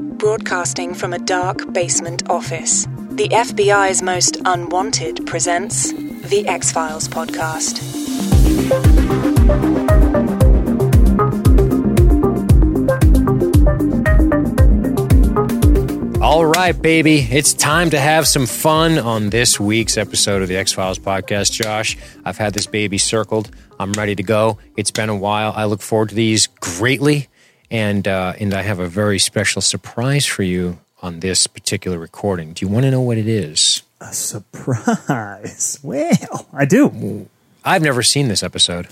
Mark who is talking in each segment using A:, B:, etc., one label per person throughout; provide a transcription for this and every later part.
A: broadcasting from a dark basement office. The FBI's Most Unwanted presents the X Files podcast.
B: All right, baby. It's time to have some fun on this week's episode of the X Files podcast. Josh, I've had this baby circled. I'm ready to go. It's been a while. I look forward to these greatly. And, uh, and I have a very special surprise for you on this particular recording. Do you want to know what it is?
C: A surprise. Well, I do.
B: I've never seen this episode.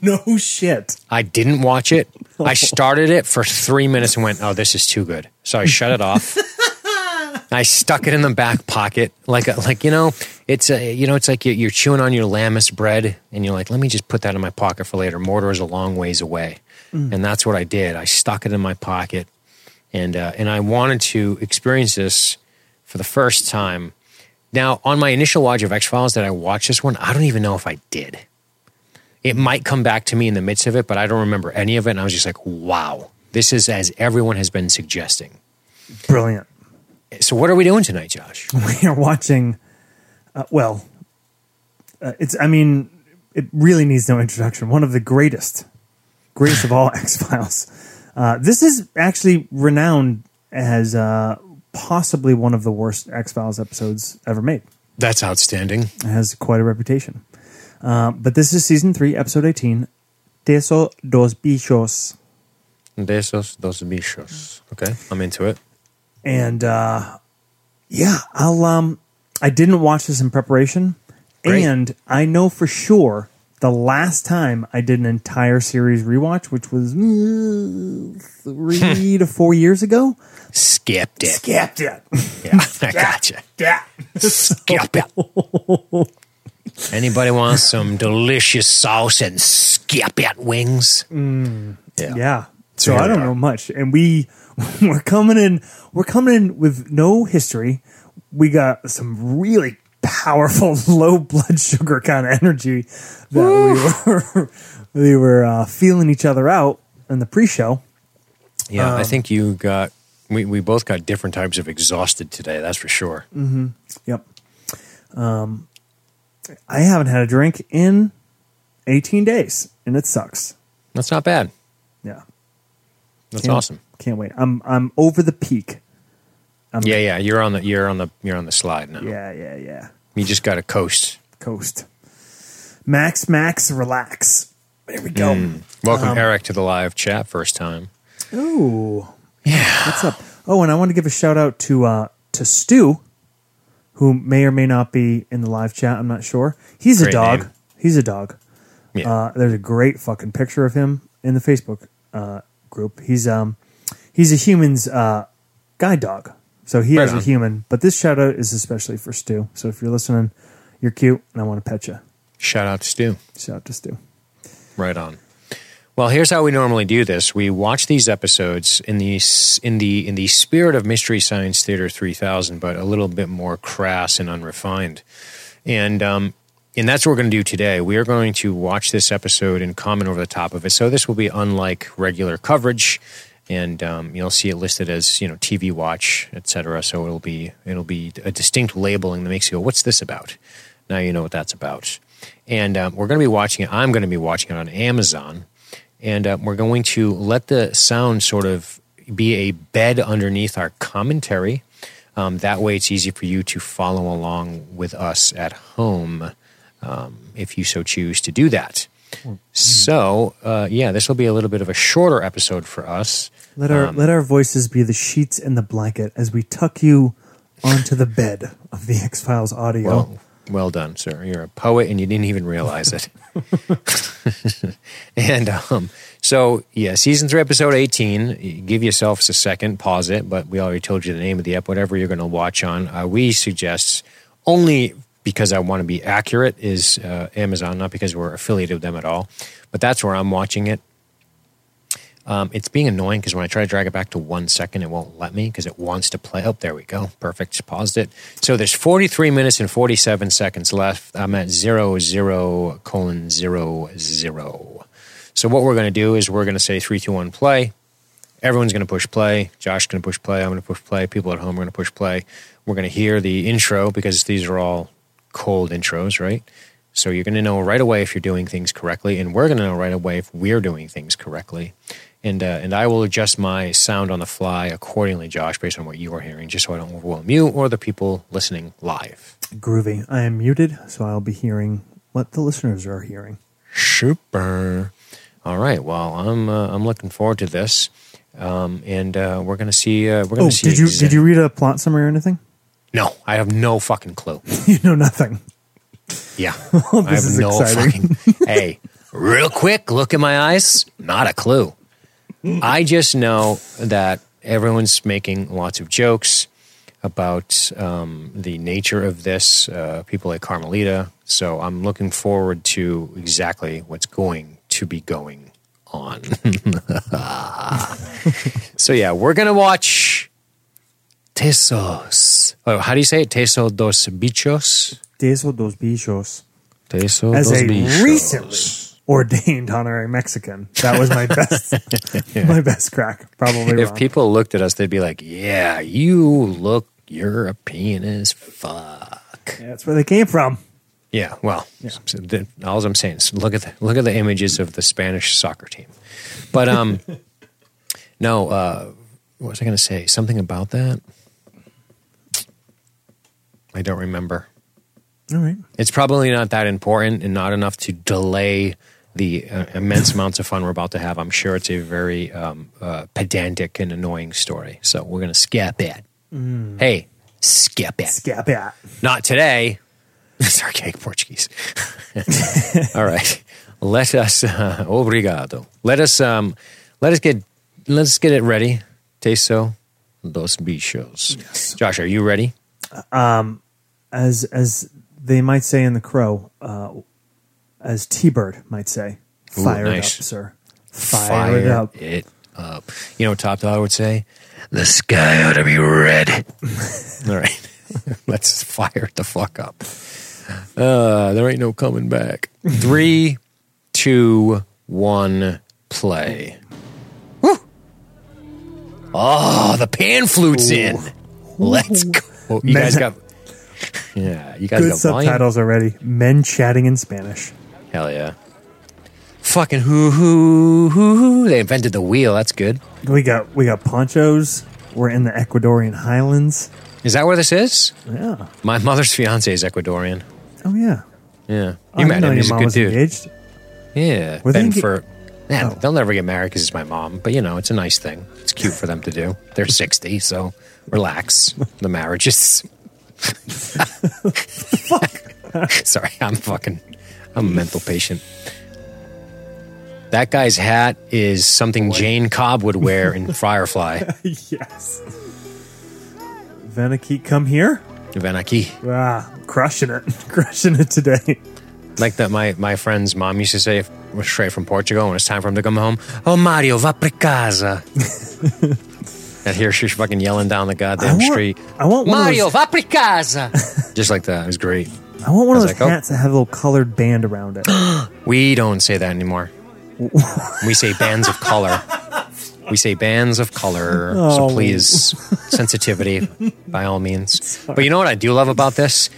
C: No shit.
B: I didn't watch it. I started it for three minutes and went, "Oh, this is too good." So I shut it off. I stuck it in the back pocket, like a, like you know, it's a, you know, it's like you're, you're chewing on your lammas bread, and you're like, "Let me just put that in my pocket for later." Mortar is a long ways away, and that's what I did. I stuck it in my pocket, and uh, and I wanted to experience this for the first time. Now, on my initial watch of X Files, that I watched this one? I don't even know if I did it might come back to me in the midst of it, but I don't remember any of it. And I was just like, wow, this is as everyone has been suggesting.
C: Brilliant.
B: So, what are we doing tonight, Josh?
C: We are watching. Uh, well, uh, it's. I mean, it really needs no introduction. One of the greatest, greatest of all X Files. Uh, this is actually renowned as uh, possibly one of the worst X Files episodes ever made.
B: That's outstanding.
C: It has quite a reputation. Uh, but this is season three, episode eighteen. Teso dos bichos.
B: De esos dos bichos. Okay, I'm into it.
C: and uh, yeah, I'll um, I didn't watch this in preparation,
B: Great.
C: and I know for sure the last time I did an entire series rewatch, which was mm, three to four years ago,
B: Skipped it.
C: skipped it.
B: Yeah, I gotcha.
C: Yeah,
B: Skip it. Anybody wants some delicious sauce and skip it wings?
C: yeah. So
B: here
C: I
B: we
C: don't
B: are.
C: know much, and we we're coming in we're coming in with no history. We got some really powerful low blood sugar kind of energy that we were we were uh, feeling each other out in the pre-show.
B: Yeah, I think you got. We, we both got different types of exhausted today. That's for sure.
C: Yep. Um, I haven't had a drink in 18 days, and it sucks.
B: That's not bad.
C: Yeah,
B: That's
C: Can't-
B: awesome.
C: Can't wait. I'm I'm over the peak.
B: yeah, yeah. You're on the you're on the you're on the slide now.
C: Yeah, yeah, yeah.
B: You just got to coast.
C: coast. Max, Max, relax. There we go.
B: Welcome Eric to the live chat first time.
C: Ooh,
B: Yeah.
C: what's up? Oh, and I want to give a shout out to uh, to Stu, who may or may not be in the live chat. I'm not sure. He's a
B: Great
C: dog.
B: name.
C: He's a dog.
B: Yeah.
C: Uh, there's a great fucking picture of him in the Facebook uh, group. He's um he's a human's uh, guide dog, so he
B: Right
C: is
B: on.
C: a human. But this shout out is especially for Stu. So if you're listening, you're cute, and I want to pet you.
B: Shout out to Stu.
C: Shout out to Stu.
B: Right on. Well, here's how we normally do this. We watch these episodes in the s- in the in the spirit of Mystery Science Theater 3000, but a little bit more crass and unrefined. And um, and that's what we're going to do today. We are going to watch this episode and comment over the top of it. So this will be unlike regular coverage, and um, you'll see it listed as you know TV watch, etc. So it'll be it'll be a distinct labeling that makes you go, "What's this about?" Now you know what that's about. And um, we're going to be watching it. I'm going to be watching it on Amazon, and uh, we're going to let the sound sort of be a bed underneath our commentary. Um, that way, it's easy for you to follow along with us at home um, if you so choose to do that. So, uh, yeah, this will be a little bit of a shorter episode for us.
C: Let
B: Um,
C: our let our voices be the sheets and the blanket as we tuck you onto the bed of the X Files audio.
B: Well, well done, sir. You're a poet and you didn't even realize it. and um, so, yeah, season three, episode 18. Give yourselves a second, pause it, but we already told you the name of the app, whatever you're going to watch on. Uh, we suggest only because I want to be accurate is uh, Amazon, not because we're affiliated with them at all. But that's where I'm watching it. Um, it's being annoying because when I try to drag it back to one second, it won't let me because it wants to play. Oh, there we go. Perfect. Just Paused it. So there's 43 minutes and 47 seconds left. I'm at zero zero colon zero zero. So what we're going to do is we're going to say three, two, one, play, everyone's going to push play. Josh's going to push play. I'm going to push play. People at home are going to push play. We're going to hear the intro because these are all cold intros, right? So you're going to know right away if you're doing things correctly, and we're going to know right away if we're doing things correctly. And uh, and I will adjust my sound on the fly accordingly, Josh, based on what you are hearing, just so I don't overwhelm you or the people listening live.
C: Groovy. I am muted, so I'll be hearing what the listeners are hearing.
B: Super. All right. Well, I'm uh, I'm looking forward to this, um, and uh, we're gonna see. Uh, we're gonna
C: Oh,
B: see.
C: did you
B: exa-
C: did you read a plot summary or anything?
B: No, I have no fucking clue.
C: you know nothing.
B: Yeah, I have
C: this is
B: no
C: exciting.
B: fucking. hey, real quick, look in my eyes. Not a clue. I just know that everyone's making lots of jokes about um, the nature of this. Uh, people like Carmelita. So I'm looking forward to exactly what's going to be going on. so yeah, we're gonna watch. Tesos. Oh, how do you say it? Teso dos bichos.
C: Teso dos bichos.
B: Teso
C: As
B: dos
C: a
B: bichos.
C: recently ordained honorary Mexican, that was my best my best crack. Probably
B: If
C: wrong.
B: people looked at us, they'd be like, "Yeah, you look European as fuck."
C: Yeah, that's where they came from.
B: Yeah. Well, s- th- all I'm saying is look at the, look at the images of the Spanish soccer team. But um, no. Uh, what was I going to say? Something about that? I don't remember.
C: All right.
B: It's probably not that important and not enough to delay the uh, immense amounts of fun we're about to have. I'm sure it's a very um, uh, pedantic and annoying story. So we're going to skip it. Hey, skip it.
C: Scap out.
B: Not today. It's archaic Portuguese. All right. Let us, uh, obrigado. Let us, um, let us get, let's get it ready. Teso dos bichos. Josh, are you ready?
C: As as they might say in the crow, uh, as T Bird might say,
B: Ooh,
C: fire
B: nice.
C: it up, sir. Fire, it up.
B: it up. You know what Top Dog would say? The sky ought to be red. All right. Let's fire it the fuck up. Uh, there ain't no coming back. Three, two, one, play. Woo! Oh, the pan flute's in. Let's go. You guys got. Yeah, you guys
C: Good
B: got volume.
C: subtitles already. Men chatting in Spanish.
B: Hell yeah. Fucking hoo hoo hoo hoo. They invented the wheel. That's good.
C: We got we got ponchos. We're in the Ecuadorian highlands.
B: Is that where this is?
C: Yeah.
B: My mother's fiance is Ecuadorian.
C: Oh yeah.
B: Yeah, you
C: Oh, I
B: met
C: didn't know
B: him.
C: your
B: He's a
C: mom
B: good
C: was
B: dude.
C: engaged.
B: Yeah,
C: Were they
B: and
C: enga-
B: for yeah,
C: Oh.
B: they'll never get married because it's my mom. But you know, it's a nice thing. It's cute for them to do. They're sixty, so relax. The marriage is. Sorry, I'm fucking. I'm a mental patient. That guy's hat is something Jane Cobb would wear in Firefly.
C: yes. Venaki, come here.
B: Venaki.
C: Ah, crushing it, crushing it today.
B: Like that, my, my friend's mom used to say, if we're straight from Portugal, when it's time for him to come home, Oh, Mario, va para casa. and here she's fucking yelling down the
C: I
B: goddamn
C: want-
B: street.
C: I want one of
B: Mario,
C: those-
B: va para casa. Just like that. It was great.
C: I want one of
B: I was
C: those
B: like, oh.
C: hats that have a little colored band around it.
B: We don't say that anymore. we say bands of color. We say bands of color. So
C: Oh.
B: please, sensitivity by all means. But you know what I do love about this?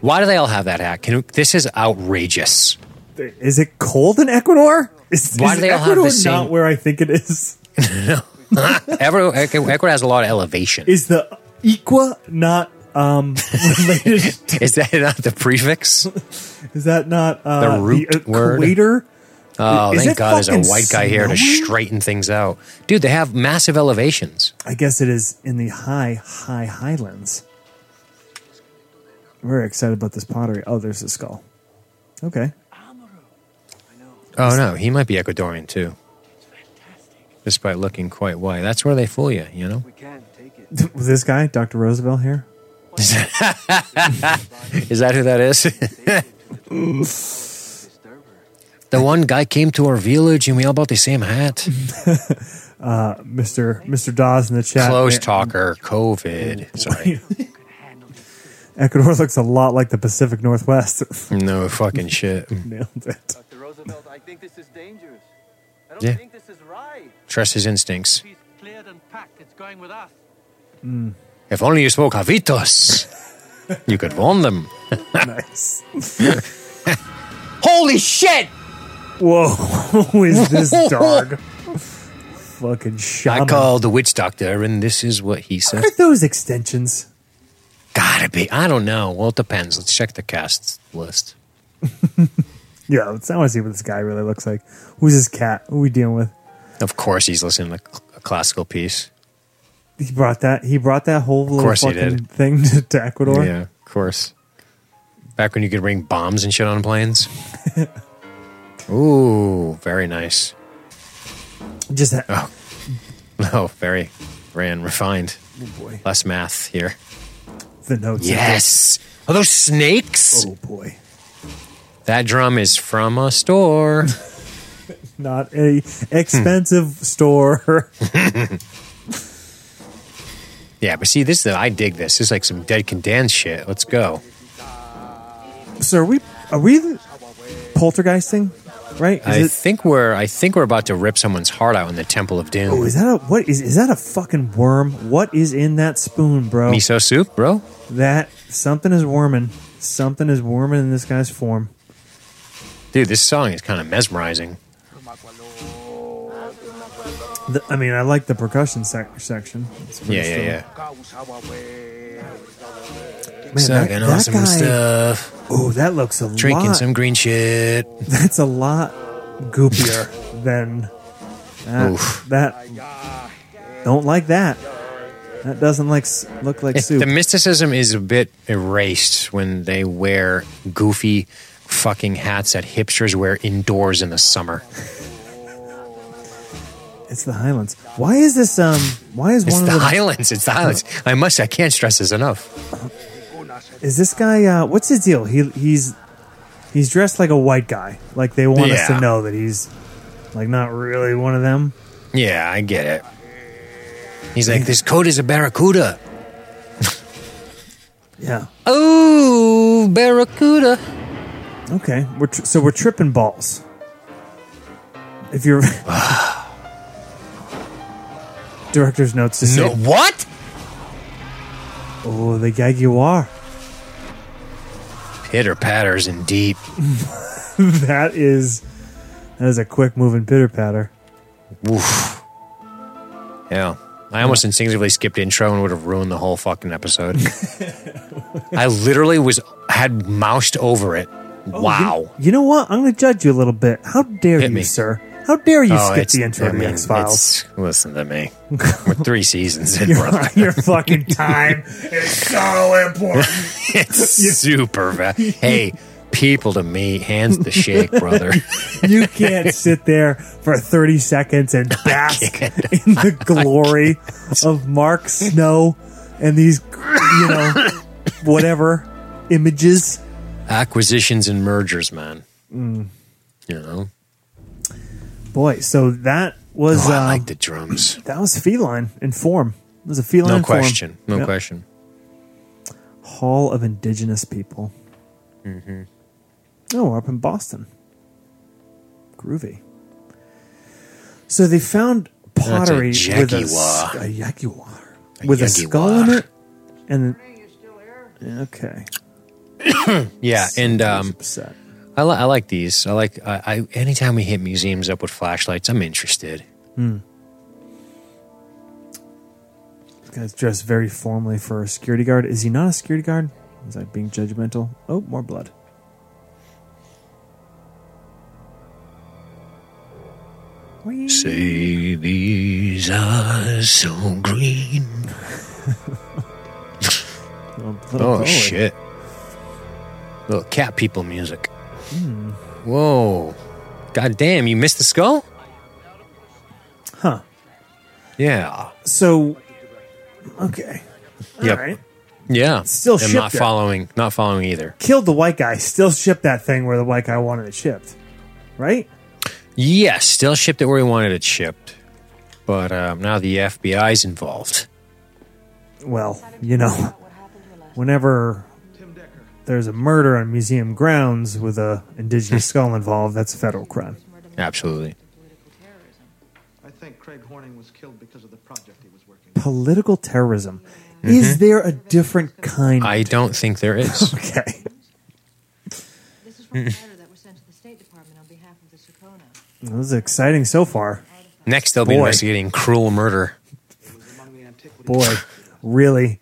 B: Why do they all have that hat? Can this is outrageous.
C: is it cold in Ecuador? Is,
B: Why
C: is
B: do they all have the
C: Ecuador
B: same-
C: not where I think it is?
B: Ever, Ecuador has a lot of elevation.
C: Is the Equa not um related?
B: Is that not the prefix?
C: is that not uh,
B: The root
C: uh,
B: word?
C: equator?
B: Oh,
C: Is
B: thank
C: it
B: God there's a
C: fucking
B: white guy here to
C: snowing?
B: straighten things out. Dude, they have massive elevations.
C: I guess it is in the high, high highlands. We're excited about this pottery. Oh, there's the skull. Okay.
B: Oh, no, he might be Ecuadorian too, despite looking quite white. That's where they fool you, you know?
C: This guy, Dr. Roosevelt here?
B: Is that who that is? the one guy came to our village and we all bought the same hat.
C: Mr. Mr. Dawes in the chat.
B: Close
C: Yeah.
B: talker, COVID. Sorry.
C: Ecuador looks a lot like the Pacific Northwest.
B: No fucking shit.
C: Nailed it.
D: Dr. Roosevelt, I think this is dangerous. I don't
B: Yeah.
D: think this is right.
B: Trust his instincts.
D: She's cleared and packed. It's going with us.
B: If only you spoke Javitos, you could warn them.
C: nice.
B: Holy shit!
C: Whoa, who is this dog? Fucking shaman.
B: I called the witch doctor, and this is what he said.
C: What are those extensions?
B: Gotta be. I don't know. Well, it depends. Let's check the cast list.
C: Yeah, let's, I want to see what this guy really looks like. Who's this cat? Who are we dealing with?
B: Of course, he's listening to a classical piece.
C: He brought that. He brought that whole little
B: course he
C: fucking
B: did.
C: thing to, to Ecuador.
B: Yeah, of course. Back when you could bring bombs and shit on planes. Ooh, very nice.
C: Just that. Oh.
B: Oh, very, very refined.
C: oh boy,
B: Less math here.
C: the notes.
B: Yes. Are those snakes?
C: Oh boy,
B: That drum is from a store.
C: not a expensive
B: Hmm.
C: store.
B: yeah, but see, this is I dig this. This is like some dead can dance shit. Let's go.
C: so are we? Are we the poltergeisting? Right? Is
B: I
C: it-
B: think we're I think we're about to rip someone's heart out in the Temple of Doom.
C: oh, is that a what? Is is that a fucking worm? What is in that spoon, bro?
B: Miso soup, bro?
C: That something is worming. Something is worming in this guy's form.
B: Dude, this song is kind of mesmerizing.
C: The, I mean, I like the percussion sec- section. It's pretty
B: Yeah, yeah,
C: strong.
B: yeah.
C: Man, that, that guy,
B: stuff.
C: Oh, that looks a lot.
B: green shit.
C: that's a lot goopier than that.
B: Oof.
C: that- don't like that. That doesn't like s- look like soup.
B: The mysticism is a bit erased when they wear goofy fucking hats that hipsters wear indoors in the summer.
C: it's the Highlands. Why is this? Um, why is
B: It's
C: one
B: the
C: of the?
B: Highlands. It's the Highlands. I must. I can't stress this enough.
C: is this guy? Uh, what's his deal? He he's he's dressed like a white guy. Like they want us
B: Yeah.
C: to know that he's like not really one of them.
B: Yeah, I get it. He's like, this coat is a barracuda.
C: Yeah.
B: Oh, barracuda.
C: Okay. We're tr- so we're tripping balls. If you're director's notes to
B: No,
C: say,
B: what?
C: oh, the gag you are.
B: Pitter patters indeed.
C: that is that is a quick moving pitter patter.
B: Oof. Yeah. I almost instinctively skipped intro and would have ruined the whole fucking episode. I literally was had moused over it. wow.
C: Oh, You know what? I'm going to judge you a little bit. How dare
B: Hit
C: you,
B: me. Oh,
C: sir? How dare you skip
B: it's-
C: the intro
B: I
C: to the
B: mean,
C: X Files?
B: it's- Listen to me. We're three seasons in,
C: Your,
B: brother.
C: your fucking time is so important.
B: It's super bad. Hey, people to me, hands to shake, brother.
C: You can't sit there for 30 seconds and bask in the glory of Mark Snow and these, you know, whatever images.
B: Acquisitions and mergers, man.
C: Mm.
B: You know,
C: Boy, so that was
B: oh, I
C: um,
B: like the drums.
C: that was feline in form. It was a feline.
B: No
C: in form.
B: question. No
C: Yep.
B: question.
C: Hall of Indigenous People. Mm-hmm. Oh, we're up in Boston. Groovy. So they found pottery
B: That's a
C: with a,
B: jaguar.
C: a jaguar
B: A
C: with a
B: jaguar.
C: skull in it, and okay,
B: Yeah, and um,
C: upset.
B: I, li- I like these. I like. I, I anytime we hit museums up with flashlights, I'm interested.
C: This guy's dressed very formally for a security guard. Is he not a security guard? Is that being judgmental? Oh, more blood. Whee.
B: Say these eyes so green.
C: Little- little
B: Oh
C: bullet.
B: shit! Little cat people music. Whoa! God damn! You missed the skull?
C: Huh.
B: Yeah.
C: So, okay, all
B: Yep.
C: right.
B: Yeah.
C: Still
B: I'm
C: shipped
B: not
C: it.
B: following. Not following either.
C: Killed the white guy. Still shipped that thing where the white guy wanted it shipped, right?
B: Yes, still shipped it where he wanted it shipped, but um, now the FBI's involved.
C: Well, you know, whenever there's a murder on museum grounds with a indigenous skull involved, that's a federal crime.
B: Absolutely.
E: I think Craig Horning was killed because of the project he was working on.
C: Political terrorism. Is there a different kind?
B: Mm-hmm. I don't think there is.
C: okay.
F: This is from a letter that was sent to the State Department on behalf of the Sukhona.
C: This is exciting so far.
B: Next, they'll be
C: Boy.
B: investigating cruel murder.
E: It was among the antiquities.
C: Boy, really,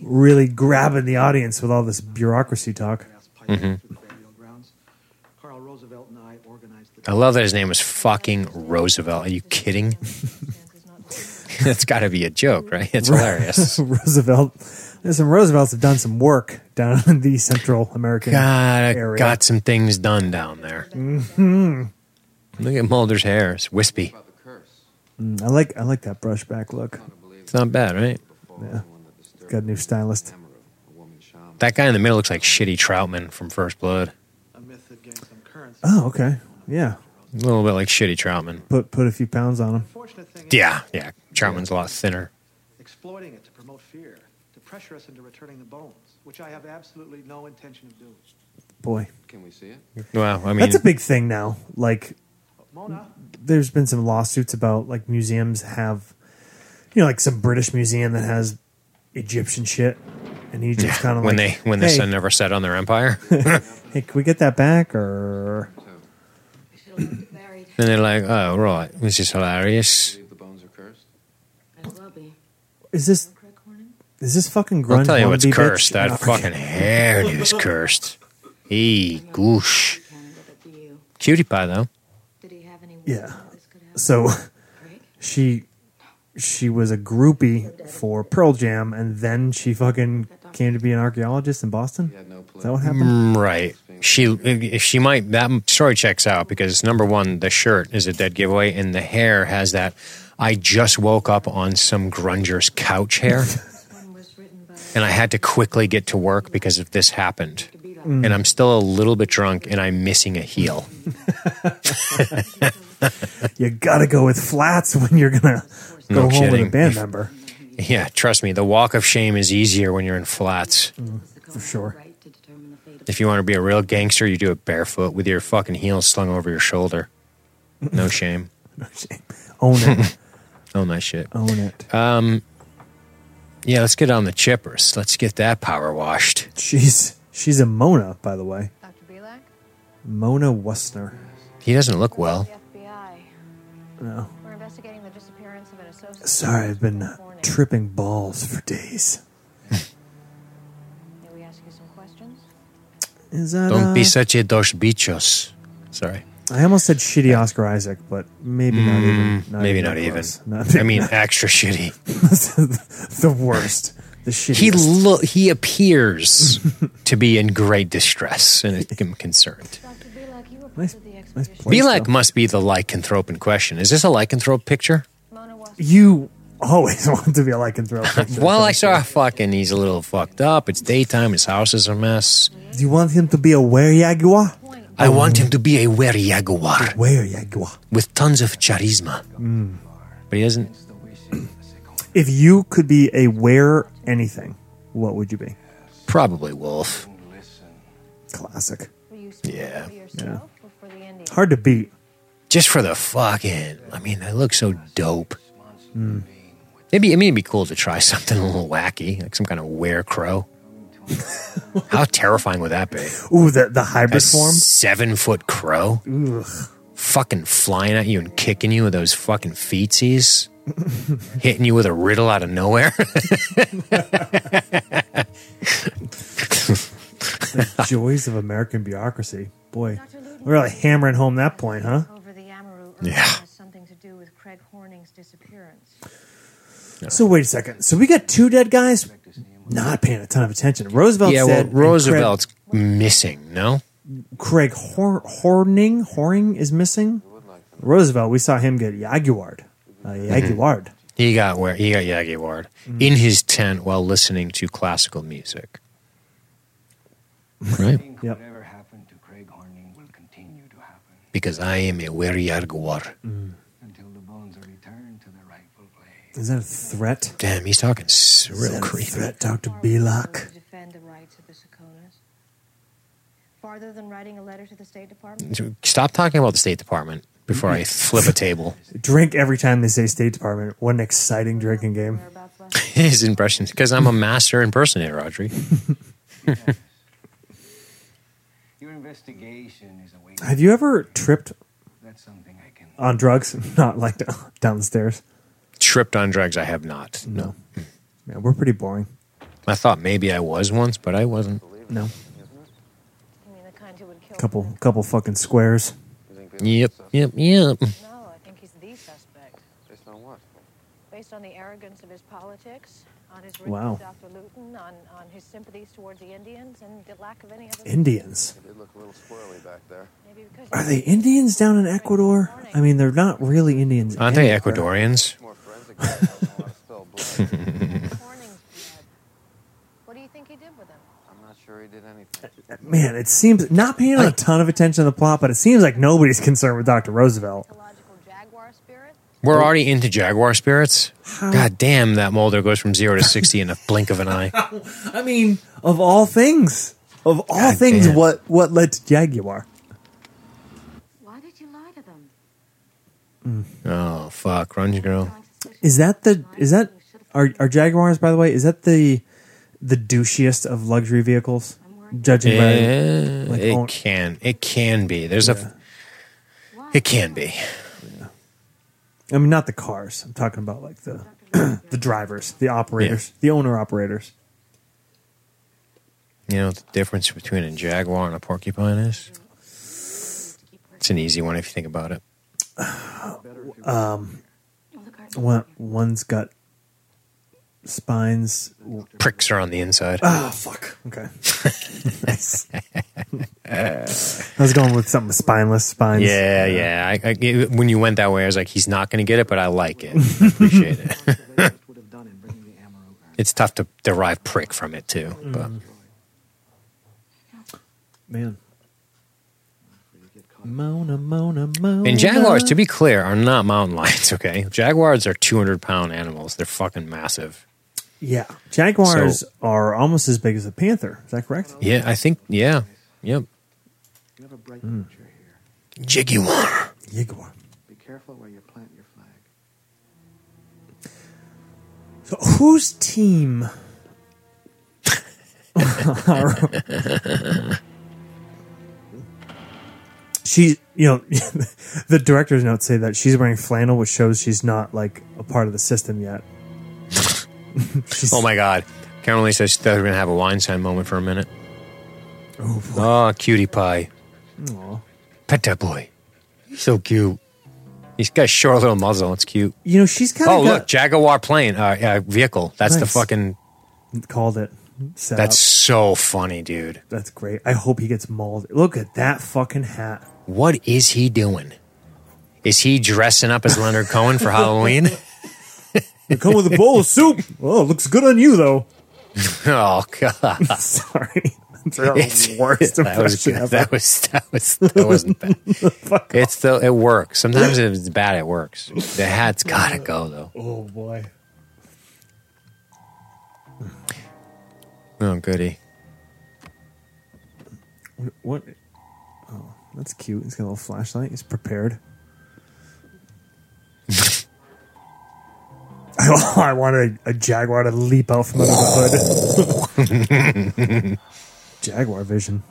C: really grabbing the audience with all this bureaucracy talk.
E: Gas pipes through
B: Mm-hmm.
E: the burial grounds. Carl Roosevelt and I organized the.
B: I love that his name was fucking Roosevelt. Are you kidding? That's got to be a joke, right? It's hilarious.
C: Roosevelt. There's some Roosevelts have done some work down in the Central American
B: God, I
C: area. Mm-hmm.
B: got some things done down there. Look at Mulder's hair. It's wispy.
G: About the curse.
C: Mm, I like I like that brush back look.
G: I believe
B: It's not bad, right?
G: before
C: Yeah.
G: one that disturbed
C: Got a new stylist.
G: memory of a woman shaman.
B: That guy in the middle looks like Shitty Troutman from First Blood.
E: A myth that gained some currency.
C: Oh, okay. Yeah.
B: A little bit like Shitty Troutman.
C: Put put a few pounds on him.
E: Fortunate thing is,
B: Yeah, yeah. Troutman's a lot thinner.
E: exploiting it to promote fear, to pressure us into returning the bones, which I have absolutely no intention of doing.
C: Boy.
G: Can we see it?
B: Well, I mean,
C: That's a big thing now. Like
E: Mona,
C: there's been some lawsuits about like museums have you know, like some British museum that has Egyptian shit and Egypt's kind of
B: when they
C: like
B: when the
C: hey,
B: sun never set on their empire,
C: hey, can we get that back or
G: So,
F: We should have left it buried,
B: then they're like, "Oh, right, this is hilarious."
G: believe the bones are cursed.
F: and it will be.
C: is this
F: Craig Hornan?
C: is this fucking grunge?
B: I'll tell you what's
C: wannabe bitch?
B: cursed. That
C: No, okay.
B: fucking hairdo is cursed. Eee, goosh.
F: Canada, but do you?
B: Cutie pie though.
F: Did he have any warning
C: Yeah.
F: that this could happen?
C: So
F: Craig?
C: she she was a groupie for Pearl Jam, and then she fucking came to be an archaeologist in Boston.
G: He had no
C: Is that what
G: political
C: happened?
B: Mm, Right. She if she might that story checks out because number one, the shirt is a dead giveaway, and the hair has that. I just woke up on some grunger's couch hair,
F: This one was written by
B: and I had to quickly get to work because if this happened,
F: to be like
C: Mm,
B: and I'm still a little bit drunk, and I'm missing a heel.
C: You gotta go with flats when you're gonna go
B: No
C: home with a
B: kidding.
C: band member.
B: Yeah, trust me, the walk of shame is easier when you're in flats.
F: for
C: sure.
F: Right to determine the fate of
B: If you want to be a real gangster, you do it barefoot with your fucking heels slung over your shoulder. No shame.
C: No shame. Own it.
B: Own that shit.
C: Own it.
B: Uh, Yeah, let's get on the chippers. Let's get that power washed.
C: she's she's a Mona, by the way.
H: Dr. Belak?
C: Mona Wussner.
B: He doesn't look well.
H: The FBI.
C: No.
H: We're investigating the disappearance of an associate.
C: Sorry, I've been uh,
H: Horning.
C: tripping balls for days.
H: May we ask you some questions?
C: Is that
B: Don't be
C: uh,
B: such a dos bichos. Sorry.
C: I almost said shitty Oscar Isaac, but maybe not even.
B: Mm,
C: Not
B: Maybe
C: even
B: not
C: that
B: even.
C: close.
B: I mean, extra shitty.
C: the worst. The shittiest.
B: He lo- he appears to be in great distress, and I'm concerned.
H: Dr. Belak, you were part
C: Nice-
H: of the
C: nice
H: expedition.
C: place.
B: Belak
C: though.
B: must be the lycanthrope in question. Is this a lycanthrope picture?
H: Mona was
C: you always want to be a lycanthrope. picture.
B: Well, I saw a fucking. He's a little fucked up. It's daytime. His house is a mess.
C: Do you want him to be a were jaguar?
B: I want him to be a wary jaguar
C: Were jaguar.
B: with tons of charisma. But he doesn't.
C: If you could be a were anything, what would you be?
B: Probably wolf.
C: Classic.
H: Were you speaking
B: Yeah.
H: for yourself or for the Indians?
C: Hard to beat.
B: Just for the fucking. I mean, they look so dope. Maybe I mean it'd be cool to try something a little wacky, like some kind of were crow. How terrifying would that be?
C: Ooh, the, the hybrid
B: A
C: form?
B: seven foot crow, fucking flying at you and kicking you with those fucking feetsies, hitting you with a riddle out of nowhere.
C: Joys of American bureaucracy. Boy,
H: Dr. Luden
C: we're really hammering home that point, huh?
H: over the Amaru Earth
B: Yeah.
H: has something to do with Craig Horning's disappearance.
C: So wait a second. So we got two dead guys not paying a ton of attention. Roosevelt's
B: yeah, well,
C: dead. and
B: Roosevelt's missing. No,
C: Craig, Craig Hor- Horning Horing is missing. Roosevelt, we saw him get jaguared. Uh, jaguared.
B: he got where he got Yagi Ward in his tent while listening to classical music. Right.
I: think
C: Yep.
I: whatever happened to Craig Horning will continue to happen
B: because I am a wary jaguar.
I: until the bones are returned to their rightful place.
C: Is that a threat?
B: Damn, he's talking s-
C: Is
B: real
C: that a
B: creepy.
C: threat, Dr.
H: Are we going
C: Belak?
H: To defend the rights of the Sakonas. Farther than writing a letter to the State Department,
B: Stop talking about the State Department. before I flip a table.
C: Drink every time they say State Department. What an exciting drinking game.
H: Whereabouts last?
B: His impressions, because I'm a master impersonator, Audrey.
I: Your investigation is awaiting.
C: Have you Uh, ever tripped
I: That's something I can.
C: on drugs? Not like down the stairs.
B: Tripped on drugs, I have not.
C: No. Yeah, we're pretty boring.
B: I thought maybe I was once, but I wasn't.
C: No.
H: You mean the kind who would kill?
C: Couple couple fucking squares.
G: You think they
B: Yep,
G: suspect
B: yep, yep.
H: No, I think he's the suspect.
G: Based on what?
H: Based on the arrogance of his politics, on his
C: Wow.
H: wow. Dr. Luton, on, on his sympathies towards the Indians, and the lack of any other.
C: Indians.
G: It did look a little squirrely back there.
H: Maybe because
C: Are they Indians down in Ecuador? I mean, they're not really Indians.
B: Aren't they
C: anywhere.
B: Ecuadorians?
G: More forensic. I don't want to spill blood.
H: Horning's blood. What do you think he did with him?
G: I'm not sure he did anything.
C: Man, it seems not paying a ton of attention to the plot, but it seems like nobody's concerned with Dr. Roosevelt.
H: Ecological jaguar spirit?
B: We're already into jaguar spirits. God damn, that Mulder goes from zero to 60 in a blink of an eye.
C: I mean, of all things, of all
B: God
C: things,
B: damn.
C: what what led to Jaguar?
F: Why did you lie to them?
B: Oh, fuck. Grunge girl.
C: Is that the is that are are Jaguars? By the way, is that the the douchiest of luxury vehicles? Judging
B: Eh,
C: by like,
B: it
C: own-
B: can. It can be. There's
C: Yeah.
F: Why?
B: a. It can be.
C: I mean, not the cars. I'm talking about like the the drivers, the operators, the owner operators.
B: You know what the difference between a jaguar and a porcupine is? It's an e- easy one if you think about it.
C: One one's got spines.
B: Pricks are on the inside.
E: Uh,
C: Oh fuck. Okay. nice. I was going with something spineless spines.
B: Yeah, yeah. I, I, it- when you went that way, I was like, he's not going to get it, but I like it. I appreciate it.
E: Surveyors would have done in bringing the Mm. Amaru urn.
B: It's tough to derive prick from it, too. But
C: Man. Mona, Mona, Mona.
B: And jaguars, to be clear, are not mountain lions, okay? Jaguars are 200 pound animals. They're fucking massive.
C: yeah, jaguars
B: So-
C: are almost as big as a panther. Is that correct?
B: Yeah, I think, yeah. Yep.
E: You have a bright
C: Hmm.
E: future here.
B: Jaguar.
C: Jaguar.
E: Be careful where you plant your flag.
C: So whose team? she, you know, the director's notes say that she's wearing flannel, which shows she's not like a part of the system yet. She's-
B: Oh my God. Carolyn Lee says they're going to have a Weinstein moment for a minute. Oh, cutie pie.
C: Aw.
B: Pet that boy. He's so cute. He's got a short little muzzle. It's cute.
C: You know, she's kind of
B: Oh, look, Jaguar plane, uh, uh, vehicle. That's the
C: Nice.
B: fucking.
C: called it. Set
B: That's
C: up.
B: so funny, dude.
C: that's great. I hope he gets mauled. Look at that fucking hat.
B: What is he doing? Is he dressing up as Leonard Cohen for Halloween?
C: You come with a bowl of soup. Oh, it looks good on you though.
B: Oh god,
C: Sorry, that's our
B: It's-
C: worst
B: that was
C: impression
B: good.
C: ever.
B: That was that was that wasn't bad. it's the it works. Sometimes if it's bad, it works. The hat's gotta go though.
C: oh boy.
B: Oh goody.
C: What? Oh, that's cute. He's got a little flashlight. He's prepared. I, I wanted a, a jaguar to leap out from under the hood. jaguar vision.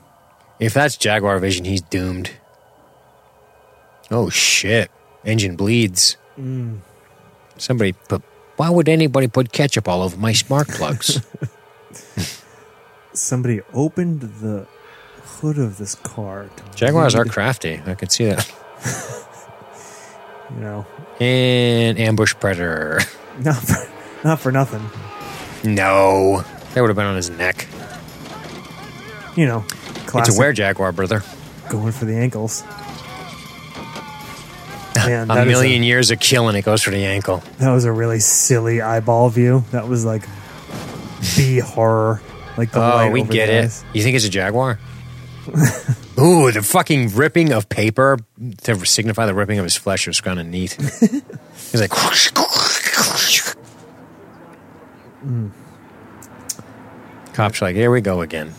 B: If that's Jaguar Vision, he's doomed. Oh shit! Engine bleeds.
C: Mm.
B: Somebody put. Why would anybody put ketchup all over my smart plugs?
C: Somebody opened the hood of this car. To
B: Jaguars are
C: lead,
B: crafty. I can see that.
C: you know,
B: And ambush predator.
C: not for, not for nothing.
B: No, that would have been on his neck.
C: You know, classic.
B: It's a were jaguar, brother.
C: going for the ankles. Man, that
B: a
C: is
B: million years of killing it goes for the ankle.
C: That was a really silly eyeball view. That was like B horror. Like the
B: Oh,
C: light
B: we
C: over
B: get
C: the
B: it.
C: eyes.
B: You think it's a jaguar? Ooh, the fucking ripping of paper to signify the ripping of his flesh was kind of neat. He's like,
C: Mm.
B: cops like, here we go again.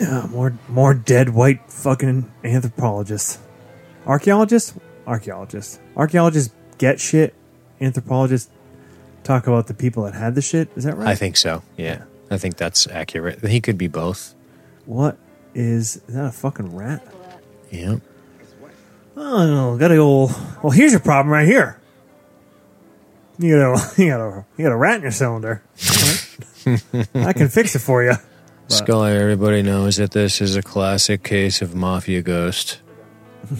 C: Yeah, more more dead white fucking anthropologists, archaeologists, archaeologists. Archaeologists get shit. Anthropologists talk about the people that had the shit. Is that right?
B: I think so. Yeah. I think that's accurate. He could be both.
C: What is, is that? A fucking rat?
B: Yeah.
C: Oh no, got a old. Well, here's your problem right here. You got a you got a you got a rat in your cylinder. I can fix it for you.
B: Scully, everybody knows that this is a classic case of mafia ghost.
H: You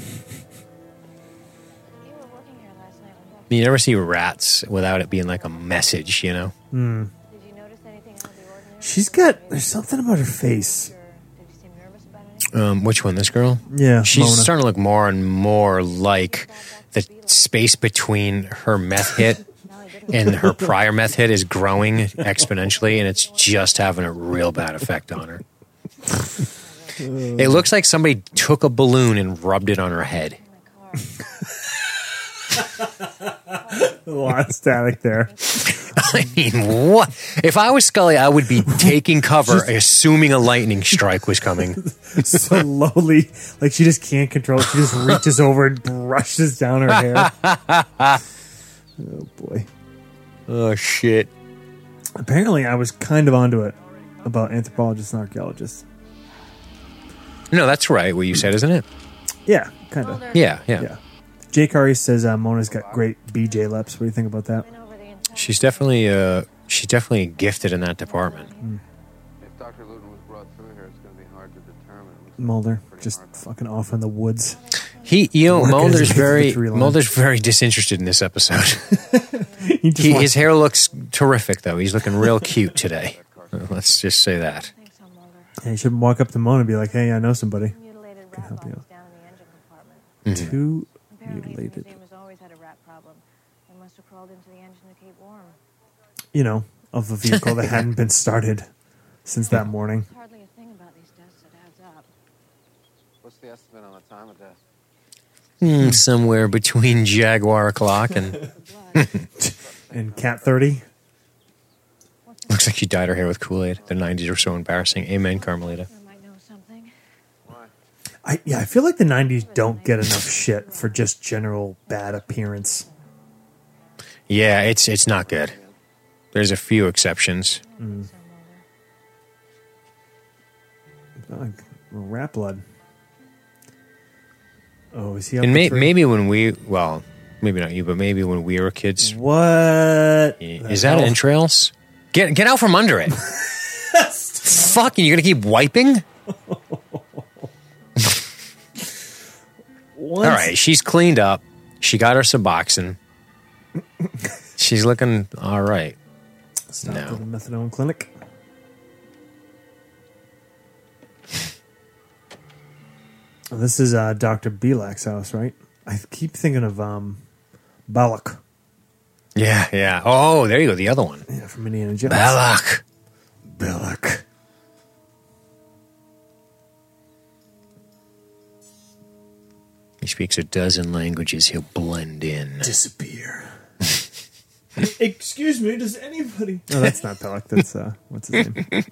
H: were working here last night when Doc.
B: You never see rats without it being like a message, you know?
H: Did you notice anything out of the ordinary?
C: She's got there's something about her face. Uh,
H: Or did you seem nervous about anything?
B: Um, which one? This girl?
C: Yeah,
B: She's
C: Mona.
B: starting to look more and more like the space between her meth hit and her prior meth hit is growing exponentially, and it's just having a real bad effect on her. It looks like somebody took a balloon and rubbed it on her head.
C: a lot of static there.
B: I mean, what? If I was Scully, I would be taking cover, assuming a lightning strike was coming.
C: Slowly, like she just can't control it. She just reaches over and brushes down her hair. oh boy.
B: Oh, shit.
C: Apparently, I was kind of onto it about anthropologists and archaeologists.
B: No, that's right, what you said, isn't it?
C: Yeah, kind of.
B: Yeah, yeah.
C: Yeah. Jake Ari says uh, Mona's got great BJ lips. What do you think about that?
H: Been over the entire
B: She's definitely, uh, she's definitely gifted in that department.
G: If Dr. Luton was brought through here, it's going to be hard to determine. It looks
C: Mulder
G: pretty
C: just
G: hard.
C: fucking off in the woods.
B: He, you know,
C: Work is
B: Mulder's
C: a big
B: very,
C: victory line.
B: Mulder's very disinterested in this episode.
C: He just
B: he,
C: wants-
B: his hair looks terrific, though. He's looking real cute today. Let's just say that.
H: thing, so Mulder.
C: Yeah, you should walk up to Mona and be like, "Hey, I know somebody."
H: Mutilated rat
C: help you
H: bones down in the engine compartment.
B: Mm-hmm.
C: Two
H: Apparently, the
C: mutilated.
H: museum has always had a rat problem. They must have crawled into the engine to keep warm.
C: You know, of a vehicle that hadn't been started since that morning.
H: There's hardly a thing about these deaths that adds up.
G: What's the estimate on the time of death?
B: Hmm, somewhere between Jaguar clock and
C: And Cat Thirty.
B: looks like she dyed her hair with Kool Aid. The '90s were so embarrassing. Amen, Carmelita.
H: I might know something.
C: I yeah, I feel like the '90s don't get enough shit for just general bad appearance.
B: Yeah, it's it's not good. There's a few exceptions.
C: Mm.
H: So Mulder.
C: Oh, rat blood. Oh, is he? Up
B: And
C: the
B: may,
C: tree?
B: maybe when we, well, maybe not you, but maybe when we were kids,
C: What
B: is that
C: hell?
B: entrails? Get get out from under it. Fucking, you're gonna keep wiping.
C: Once-
B: All right, she's cleaned up. She got her Suboxone. she's looking all right.
C: Stopped
B: No.
C: at a methadone clinic. Oh, this is uh, Dr. Belak's house, right? I keep thinking of um, Balak
B: Yeah, yeah. Oh, there you go. The other one.
C: yeah, from Indiana Jones.
B: Balak.
C: Balak.
B: He speaks a dozen languages. He'll blend in. Oh,
C: Disappear. Excuse me, does anybody. No, Oh, that's not Balak. That's, uh, what's his name?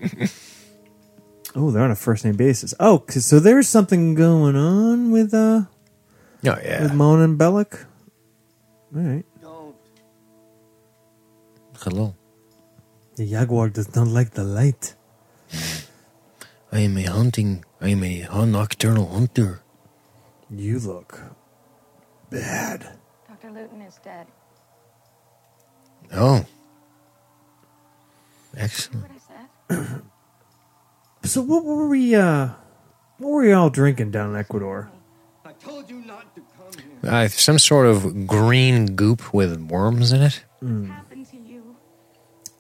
C: oh, they're on a first name basis. Oh, 'cause- so there's something going on with, uh,
B: Oh,
C: with
B: yeah.
C: Mona and Belak? All right.
B: Hello.
C: The Jaguar does not like the light.
B: I am a hunting. I am a hun- nocturnal hunter.
C: You look bad.
H: Dr. Luton is dead.
B: Oh.
H: See
B: Excellent.
H: what I said?
C: So what were we uh what were we all drinking down in Ecuador?
E: I told you not to come here.
B: Uh, some sort of green goop with worms in it.
J: happened to you?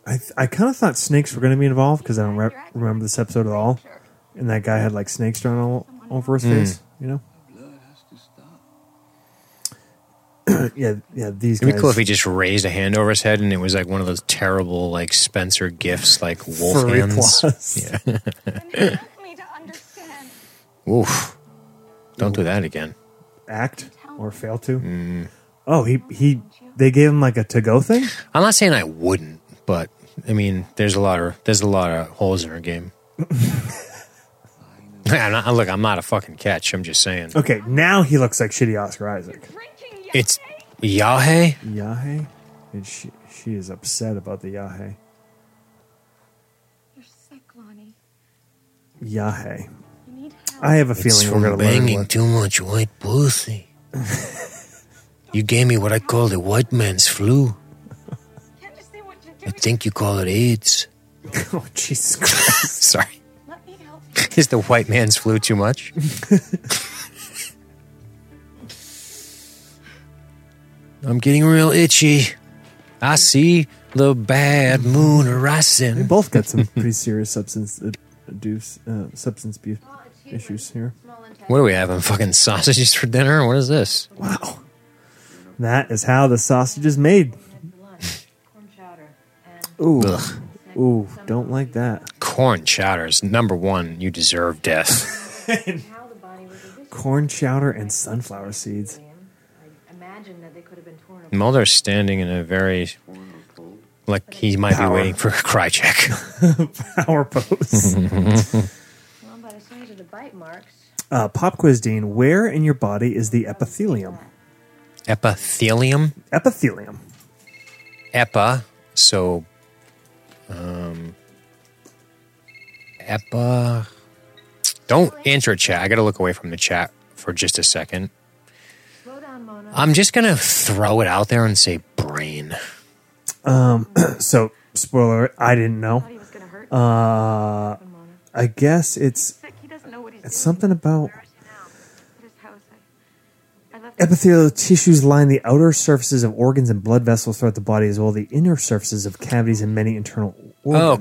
C: I th- I kind of thought snakes were going to be involved because I don't re- remember this episode at all. And that guy had like snakes drawn all over
B: Hmm.
C: his face, you know? yeah, yeah, these
B: It'd be
C: guys.
B: cool if he just raised a hand over his head and it was like one of those terrible, like Spencer gifts, like wolf
C: Furry
B: hands.
C: claws.
B: Yeah.
J: And you want me to understand.
B: Oof. Don't do that again.
C: act or fail to.
B: Hmm.
C: Oh, he he they gave him like a to go thing?
B: I'm not saying I wouldn't, but I mean, there's a lot of there's a lot of holes in her game. I'm not, look, I'm not a fucking catch. I'm just saying.
C: Okay, now he looks like shitty Oscar Isaac.
J: Drinking
B: It's Yahe?
C: Yahe, and she she is upset about the Yahe.
J: You're sick, Lonnie.
C: Yahe.
J: You need help.
C: I have a feeling we're gonna learn what.
B: too much white pussy. you gave me what I call the white man's flu.
J: Can't you see what you're
B: I
J: doing?
B: think you call it AIDS.
C: oh Jesus Christ!
B: Sorry.
J: Let me help you.
B: Is the white man's flu too much? I'm getting real itchy. I see the bad moon
C: They
B: rising.
C: both got some pretty serious substance abuse uh, substance abuse
F: Small achievement,
C: issues here.
F: small intestine.
B: What are we having? Fucking sausages for dinner? What is this?
C: Wow, that is how the sausage is made.
F: For lunch, corn chowder, and
C: Ooh,
B: Ugh.
C: ooh, don't like that.
B: Corn chowders. Number one, you deserve death.
F: how the body was resisting
C: Corn chowder and sunflower seeds.
F: them. I imagine that they could have been torn apart.
B: Mulder's standing in a very, like he might be
C: Power.
B: waiting for a cry check.
C: Power pose.
F: Well, by the size of the bite marks,
C: uh, Pop quiz, Dean. Where in your body is the epithelium?
B: Epithelium.
C: Epithelium.
B: Epa. So, um, Epa. Don't answer chat. I got to look away from the chat for just a second.
F: slow down, Mona.
B: I'm just going to throw it out there and say brain.
C: So, spoiler, alert, I didn't know.
F: thought he was going to hurt.
C: Uh, I guess it's
J: Sick. He doesn't know what he's
C: it's
J: doing.
C: something about
J: Where is he now? At his house. I, I left him.
C: epithelial tissues line the outer surfaces of organs and blood vessels throughout the body, as well as the inner surfaces of cavities and many internal organs.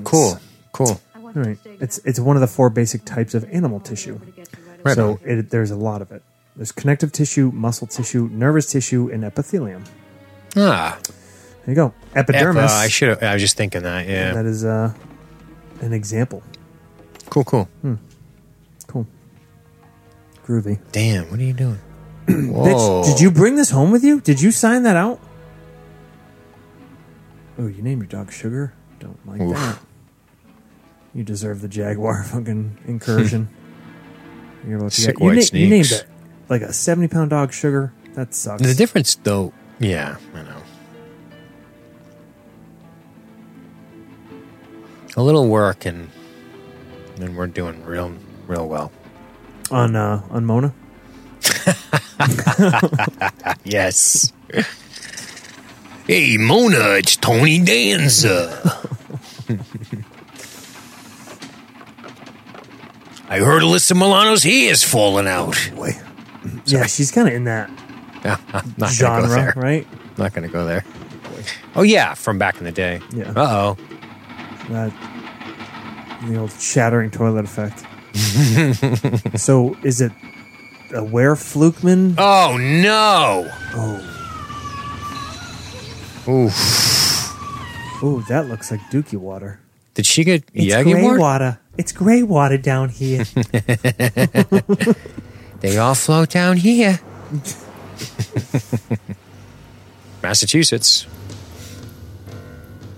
B: Oh, cool. Cool.
F: I want
C: All
F: you
C: right.
F: to stay
C: It's it's one of the four basic types of animal tissue.
F: to get you right
B: Right.
C: So it, there's a lot of it. There's connective tissue, muscle tissue, nervous tissue, and epithelium.
B: Ah,
C: There you go.
B: Epa.
C: Epidermis.
B: I should. I was just thinking that. Yeah.
C: That is uh, an example.
B: Cool. Cool.
C: Cool. Groovy.
B: Damn. What are you doing? Whoa.
C: Bitch, did you bring this home with you? Did you sign that out? Oh, you named your dog Sugar? Don't like
B: Oof.
C: that. You deserve the Jaguar fucking incursion. You're about to
B: Sick
C: get you,
B: white
C: you named
B: sneaks.
C: it like a 70 pound dog Sugar. That sucks.
B: The difference, though. Yeah, I know. A little work and and we're doing real, real well.
C: on uh, on Mona.
B: Yes. hey, Mona, it's Tony Danza. I heard Alyssa Milano's hair is falling out.
C: Boy. Yeah, she's kind of in that
B: Not gonna go
C: genre,
B: there.
C: right?
B: Not gonna go there. Oh yeah, from back in the day.
C: Yeah.
B: Uh oh.
C: That the old shattering toilet effect. so is it a where Flukeman?
B: Oh no.
C: Oh,
B: Oof.
C: oh, that looks like Dookie water.
B: Did she get
C: It's
B: Yagi
C: gray
B: more?
C: water. It's gray water down here.
B: They all float down here. Massachusetts.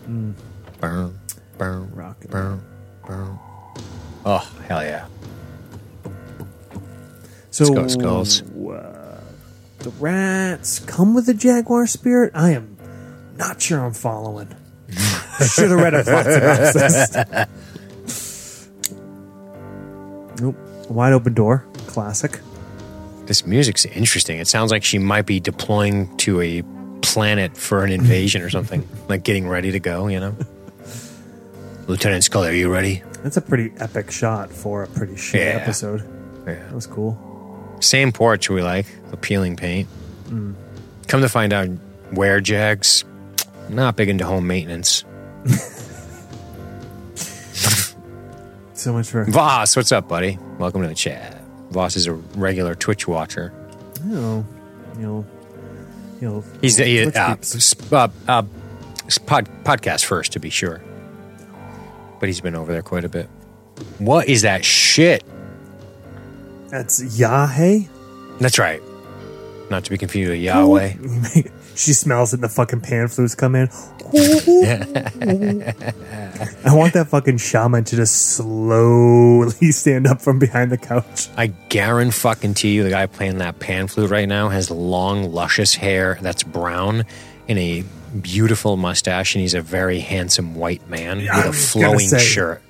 C: Hmm.
B: Burn, burn,
C: Rock it.
B: burn, burn. Oh, hell yeah.
C: So
B: Let's go, Skulls.
C: uh, the rats come with the jaguar spirit. I am not sure I'm following. Should have read a plot synopsis. nope. Wide open door. Classic.
B: This music's interesting. It sounds like she might be deploying to a planet for an invasion or something, like getting ready to go, you know? Lieutenant Skull, are you ready?
C: That's a pretty epic shot for a pretty shit
B: Yeah.
C: episode.
B: Yeah.
C: That was cool.
B: Same porch we like, appealing paint. Hmm. Come to find out, where Jags not big into home maintenance.
C: So much for
B: Voss, what's up, buddy? Welcome to the chat. Voss is a regular Twitch watcher.
C: you know, you know, you know.
B: He's he,
C: Twitch
B: uh,
C: peeps.
B: sp- uh, uh, s- pod, podcast first to be sure, but he's been over there quite a bit. What is that shit?
C: That's Yahe.
B: That's right. Not to be confused with Yahweh.
C: she smells it and the fucking pan flutes come in. I want that fucking shaman to just slowly stand up from behind the couch.
B: I guarantee fucking to you the guy playing that pan flute right now has long, luscious hair that's brown and a beautiful mustache, and he's a very handsome white man
C: I
B: with a
C: was gonna
B: flowing
C: say,
B: shirt.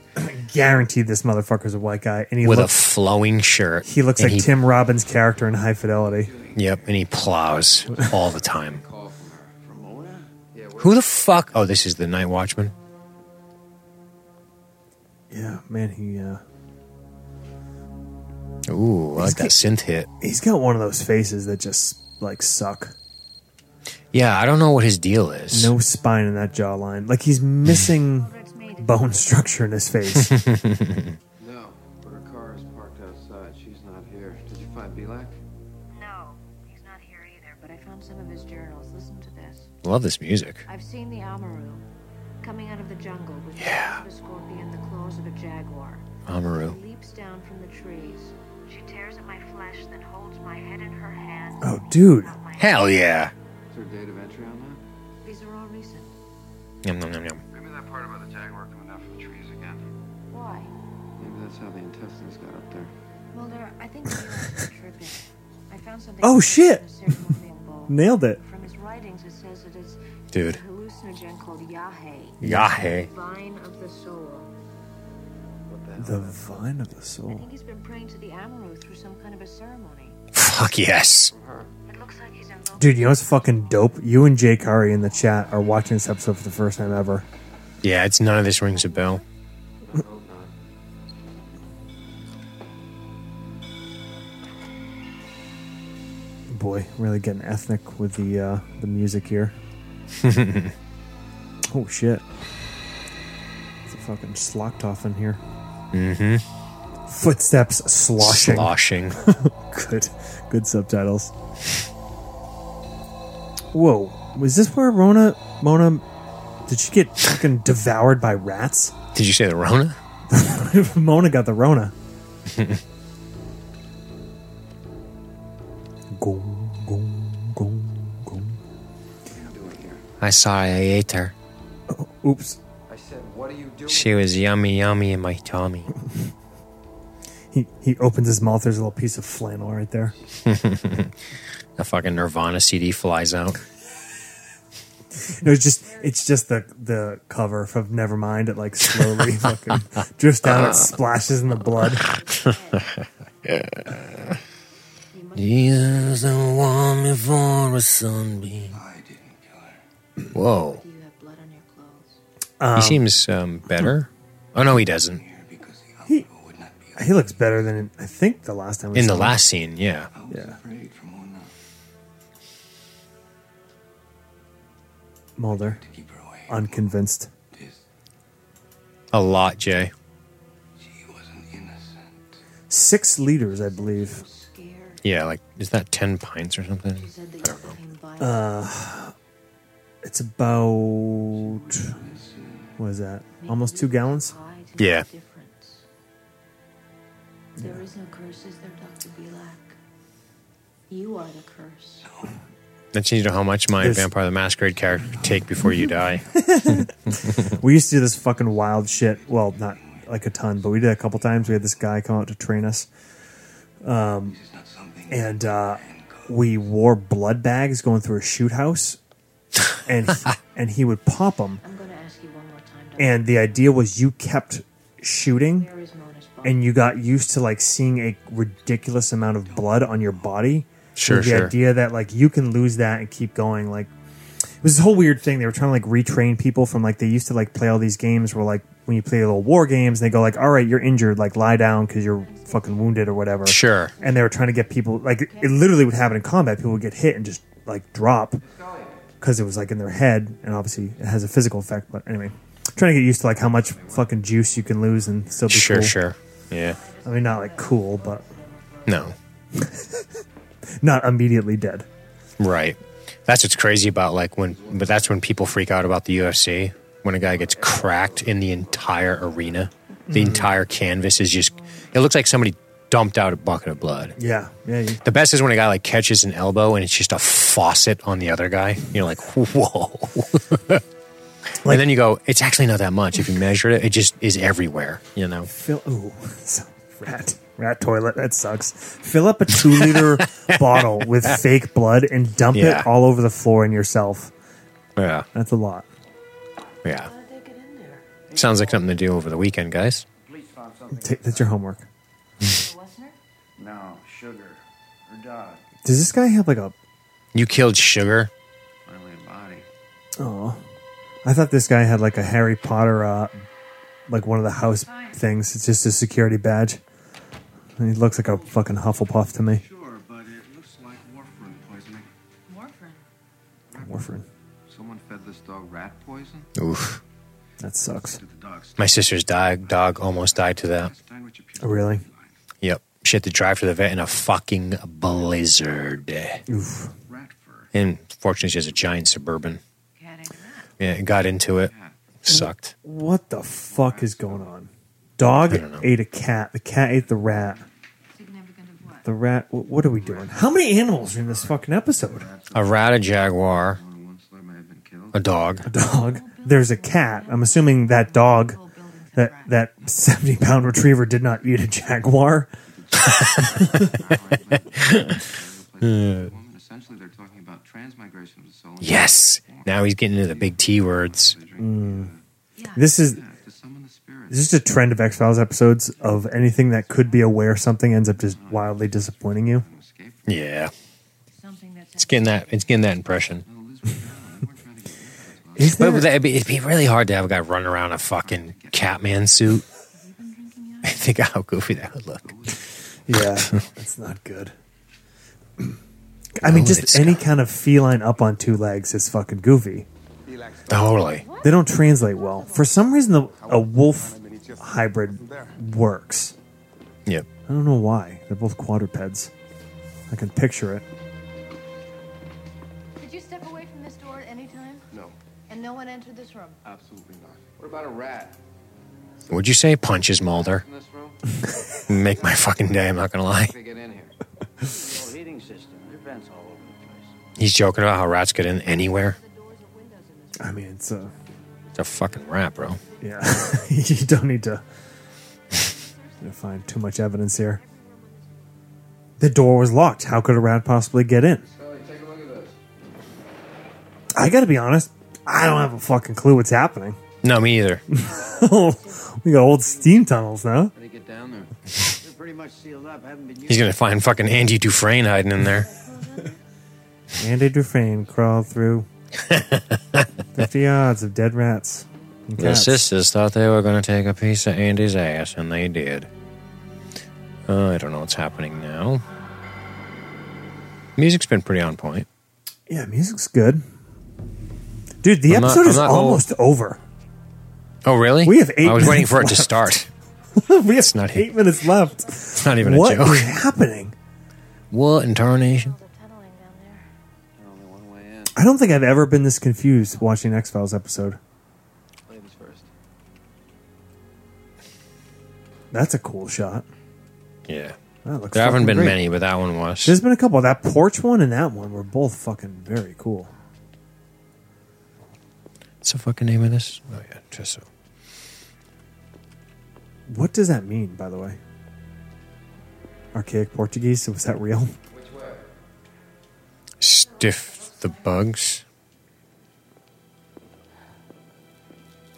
C: Guaranteed this motherfucker's a white guy and he
B: With a
C: looks
B: flowing shirt.
C: he looks
B: And
C: like Tim Robbins' character in High Fidelity.
B: Yep, and he plows all the time. Who the fuck? Oh, this is the Night Watchman.
C: Yeah, man, he uh
B: Ooh, I like that synth hit.
C: he's got one of those faces that just like suck.
B: Yeah, I don't know what his deal is.
C: No spine in that jawline. Like he's missing bone structure in his face.
G: No, but her car is parked outside. She's not here. Did you find Belak?
F: No, he's not here either, but I found some of his journals. Listen to this.
B: Love this music.
F: I've seen the Amaru coming out of the jungle with the head of a scorpion, the claws of a jaguar.
B: Amaru.
F: She leaps down from the trees. She tears at my flesh, then holds my head in her hand.
C: Oh, dude.
B: Hell yeah.
G: Is there a date of entry on that?
F: These are all recent.
B: Yum, yum, yum, yum.
G: Maybe that part about the jaguar coming out from the trees again.
F: Why?
G: Maybe that's how the intestines got up there.
F: Mulder, I think you're tripping. I found something.
C: Oh, shit.
F: in a ceremonial bowl.
C: Nailed it.
F: From his writings, it says it is
B: Dude.
F: a hallucinogen called Yahe,
B: Yahe.
F: vine of the soul.
G: What the hell?
C: The vine of the
F: I
C: soul.
F: think he's been praying to the Amaru through some kind of a ceremony.
B: Fuck yes.
F: It looks like he's invoking.
C: Dude, you know what's fucking dope? You and Jay Kari in the chat are watching this episode for the first time ever.
B: Yeah, it's none of this rings a bell.
C: Boy, really getting ethnic with the uh, the music here. oh shit! It's a fucking slocked off in here. Mm-hmm. Footsteps sloshing.
B: Sloshing.
C: good, good subtitles. Whoa, was this where Rona Mona? Did she get fucking devoured by rats?
B: Did you say the Rona?
C: Mona got the Rona. Gong, gong, gong, gong.
G: What are you doing here?
B: I saw I ate her.
C: Oops.
G: I said, what are you doing?
B: She was yummy, yummy in my tummy.
C: He, he opens his mouth. There's a little piece of flannel right there.
B: The fucking Nirvana CD flies out.
C: No, it's just it's just the the cover from Nevermind. It like slowly fucking drifts down. It splashes in the blood.
B: Jesus, I want me for a sunbeam.
I: I didn't kill her.
B: Whoa.
F: Do you have blood on your
B: he
F: clothes?
B: seems um, better. Oh, no, he doesn't.
I: Here because the
C: He-
I: outlaw would not be.
C: He looks better than I think the last time. We
B: In the
C: saw him.
B: last scene, yeah.
I: I was
C: yeah.
I: afraid for Mona
C: Mulder,
I: to keep her away.
C: unconvinced.
I: This,
B: A lot, Jay.
I: she wasn't innocent.
C: Six liters, I believe.
F: Scared.
B: Yeah, like, is that 10 pints or something?
F: She said that you became violent.
C: Uh, It's about what is that? Almost two gallons.
F: Hide and
B: Yeah.
F: the difference. There is no curse, is there, Dr. Belak? You are the curse.
B: That's you know how much my
C: There's-
B: Vampire the Masquerade character could take before you die.
C: We used to do this fucking wild shit. Well, not like a ton, but we did it a couple times. We had this guy come out to train us, Um,
I: This is not something.
C: and uh, we wore blood bags going through a shoot house, and and he would pop them.
F: I'm going to ask you one more time, Dr.
C: And the idea was you kept shooting,
F: Where is Mona's body?
C: and you got used to like seeing a ridiculous amount of blood on your body.
B: Sure,
C: With the
B: sure.
C: idea that like you can lose that and keep going. Like it was this whole weird thing. They were trying to like retrain people from like they used to like play all these games where like when you play little war games, they go like, "All right, you're injured. Like lie down because you're fucking wounded or whatever."
B: Sure.
C: And they were trying to get people like it it literally would happen in combat. People would get hit and just like drop because it was like in their head, and obviously it has a physical effect. But anyway. Trying to get used to like how much fucking juice you can lose and still be
B: Sure,
C: cool.
B: sure. Yeah.
C: I mean, not like cool, but
B: No.
C: not immediately dead.
B: Right. That's what's crazy about like when, but that's when people freak out about the UFC when a guy gets Mm-hmm. cracked in the entire arena. The entire canvas is just, it looks like somebody dumped out a bucket of blood.
C: Yeah, yeah. You,
B: The best is when a guy like catches an elbow and it's just a faucet on the other guy. You're like, whoa. and then you go, it's actually not that much. If you measure it, it just is everywhere, you know?
C: fill ooh so- rat rat toilet that sucks fill up a two liter bottle with fake blood and dump
B: Yeah.
C: it all over the floor and yourself
B: Yeah.
C: that's a lot
B: Yeah. Sounds like something to do over the weekend, guys.
I: Police found something.
C: Ta that's your homework
I: no, sugar. Her dog.
C: does this guy have like a
B: You killed Sugar.
I: Finally a body.
C: oh i thought this guy had like a harry potter uh like one of the house things it's just a security badge he looks like a fucking hufflepuff to me
I: Sure, but it looks like warfarin poisoning.
J: Warfarin.
C: warfarin
G: Someone fed this dog rat poison?
B: Oof.
C: that sucks
I: Did the dog stop?
B: My sister's dog, dog almost died to that.
I: Stein, what's your pupil
C: oh really
I: line?
B: Yep. She had to drive to the vet in a fucking blizzard.
C: Oof.
I: Rat fur.
B: And fortunately, she has a giant suburban.
J: Getting that.
B: Yeah, it got into it. Sucked.
C: what the fuck is going on dog
B: I don't know.
C: ate a cat the cat ate the rat
J: Significant of what?
C: The rat. wh- What are we doing? How many animals are in this fucking episode?
B: A rat, a jaguar,
G: Only one slur may have been killed.
B: a dog.
C: A dog. There's a cat. I'm assuming that dog,
J: Whole building's
C: that
J: a
C: that 70 pound retriever, did not eat a jaguar.
G: Woman, Essentially, they're talking about transmigration of the soul.
B: Yes. Now he's getting into the big T words.
G: They drink,
J: Yeah.
C: This is
G: uh, To summon the spirit.
C: this Mm. is a trend of X Files episodes of anything that could be a where something ends up just wildly disappointing you.
G: to escape from
B: Yeah.
J: something that's
B: It's getting that. It's getting that impression.
G: Well, Liz was down. They weren't trying to get rid of us.
C: Is
B: But
C: there-
B: it'd be, it'd be really hard to have a guy run around in a fucking Catman suit. I think how goofy that would look.
C: yeah, that's not good. I mean,
B: Oh, it's-
C: just any kind of feline up on two legs is fucking goofy.
B: Totally.
C: They don't translate well. For some reason, the, a wolf hybrid works.
B: Yep.
C: I don't know why. They're both quadrupeds. I can picture it.
H: Did you step away from this door at any time?
G: No,
H: And no one entered this room?
G: absolutely not. What about a rat
B: Would you say punches Mulder?
G: in this room?
B: Make my fucking day. I'm not gonna lie.
G: they get in here.
I: No heating system. There are vents all over the place.
B: He's joking about how rats get in anywhere.
C: I mean, it's uh,
B: It's a fucking rat, bro.
C: yeah. you don't need to you know, find too much evidence here. The door was locked. How could a rat possibly get in?
G: Sally, take a look at this.
C: I gotta be honest. I don't have a fucking clue what's happening.
B: No, me either.
C: we got old steam tunnels now.
G: How do you get down there?
I: They're pretty much sealed up. Haven't been used.
B: He's gonna find fucking Andy Dufresne hiding in there.
C: Andy Dufresne crawled through 50 yards of dead rats. and
B: The
C: cats.
B: sisters thought they were gonna take a piece of Andy's ass, and they did. Uh, I don't know what's happening now. Music's been pretty on point.
C: Yeah, music's good. Dude, the
B: I'm not-
C: episode
B: I'm
C: is
B: not-
C: almost over.
B: Oh, really?
C: We have eight
B: I was waiting
C: minutes
B: for it to
C: left.
B: start.
C: we have
B: not
C: eight minutes left.
B: It's not even
C: What
B: a
C: is
B: joke.
C: happening?
B: What in tarnation?
H: There's a tunneling down there.
G: There's only one way in.
C: I don't think I've ever been this confused watching X Files episode.
G: Ladies first.
C: That's a cool shot.
B: Yeah.
C: That looks
B: There haven't
C: fucking
B: been
C: great.
B: many, but that one was.
C: There's been a couple. That porch one and that one were both fucking very cool.
B: What's the fucking name of this? Oh, yeah. Just so.
C: What does that mean, by the way? Archaic Portuguese? Was that real?
G: Which way?
B: Stiff the bugs.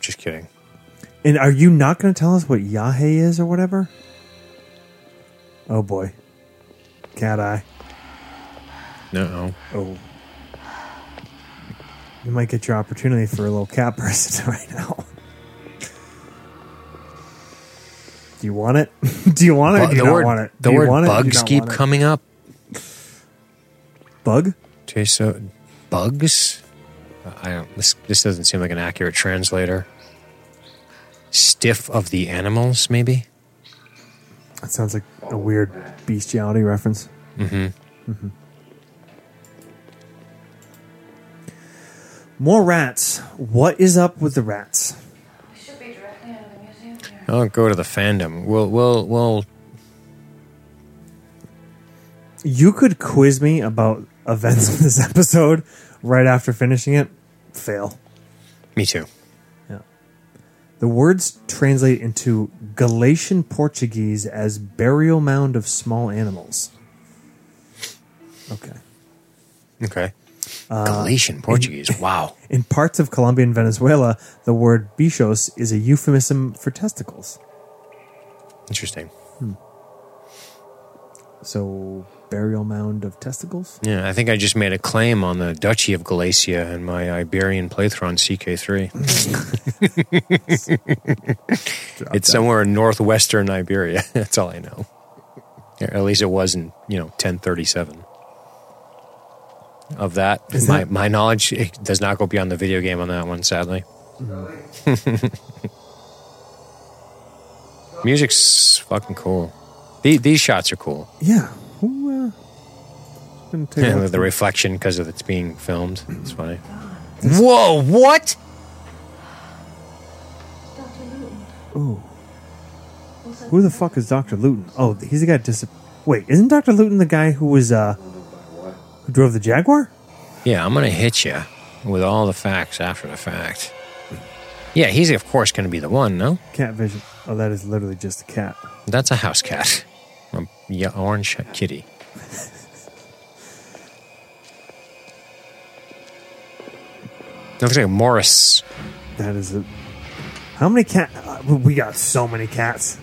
B: Just kidding.
C: And are you not going to tell us what Yahe is or whatever? Oh boy. Cat eye.
B: No.
C: Oh. You might get your opportunity for a little cat person right now. Do you want it? do you want it? Or do you not
B: word,
C: want it?
B: the
C: do you
B: word
C: want it or do you
B: bugs
C: not
B: keep
C: want it?
B: coming up.
C: Bug?
B: Okay, so bugs. I don't. This this doesn't seem like an accurate translator. Stiff of the animals, maybe.
C: That sounds like a weird bestiality reference. Mm-hmm. Mm-hmm. More rats. What is up with the rats?
J: We should be directly out of the museum here.
B: I'll go to the fandom. We'll we'll we'll
C: You could quiz me about events of this episode right after finishing it. Fail.
B: Me too.
C: The words translate into Galatian Portuguese as burial mound of small animals. Okay.
B: Okay. Uh, Galatian Portuguese. wow.
C: In parts of Colombia and Venezuela, the word bichos is a euphemism for testicles.
B: Interesting.
C: So, burial mound of testicles?
B: Yeah, I think I just made a claim on the Duchy of Galicia and my Iberian playthrough on CK3.
C: Drop
B: it's
C: that.
B: somewhere in northwestern Iberia. That's all I know. Or at least it was in, you know, 1037. Of that,
C: Is
B: my,
C: that-
B: my knowledge it does not go beyond the video game on that one, sadly. Music's fucking cool. The, these shots are cool.
C: Yeah. Who, uh, gonna take
B: Yeah,
C: a
B: the,
C: look.
B: the reflection because of it's being filmed. It's funny. Whoa! What?
C: Ooh. Who the fuck is Dr. Luton? Oh, he's the guy dis- Wait, isn't Dr. Luton the guy who was, uh, who drove the Jaguar?
B: Yeah, I'm gonna hit you with all the facts after the fact. Yeah, he's of course gonna be the one. No,
C: Cat vision. Oh, that is literally just a cat.
B: that's a house cat, a ye- orange kitty. Looks like Morris.
C: That is a. How many cat? Uh, we got so many cats.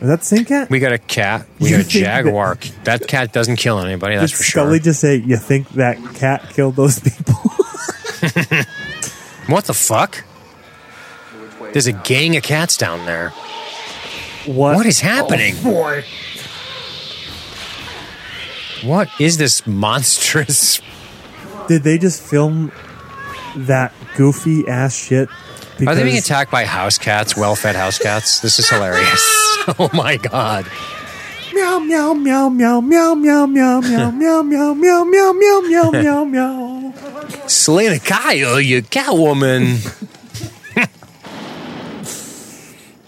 C: Is that the same cat?
B: We got a cat. We
C: You
B: got a
C: think that-
B: jaguar. That cat doesn't kill anybody. That's
C: Did
B: for
C: Scully
B: sure.
C: just say, "You think that cat killed those people?"
B: What the fuck?
G: Which way?
B: There's a gang of cats down there.
C: what?
B: What is happening?
C: Oh,
B: boy. What is this monstrous?
C: Did they just film that goofy ass shit?
B: Are
C: Because
B: they being attacked by house cats, well fed house cats? This is hilarious. Oh my god.
C: Meow meow meow meow meow meow meow meow meow meow meow meow meow meow meow meow.
B: Selena Kyle, you catwoman.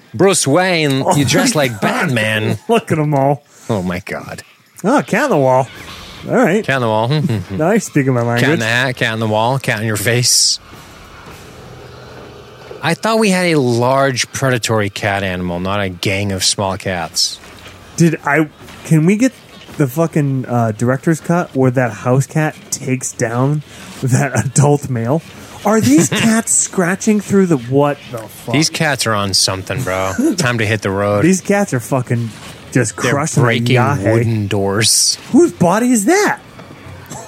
B: Bruce Wayne, you dress like Batman.
C: Look at them all.
B: Oh my god.
C: Oh, cat on the wall. All right.
B: Cat on the wall. hmm,
C: Now you're speaking my
B: cat in
C: language.
B: the hat, cat on the wall, cat in your face. I thought we had a large predatory cat animal, not a gang of small cats.
C: Did I? Can we get the fucking uh, director's cut where that house cat takes down that adult male? Are these cats scratching through the what the fuck?
B: These cats are on something, bro. Time to hit the road.
C: These cats are fucking just
B: They're
C: crushing the
B: breaking
C: yahe.
B: wooden doors.
C: Whose body is that?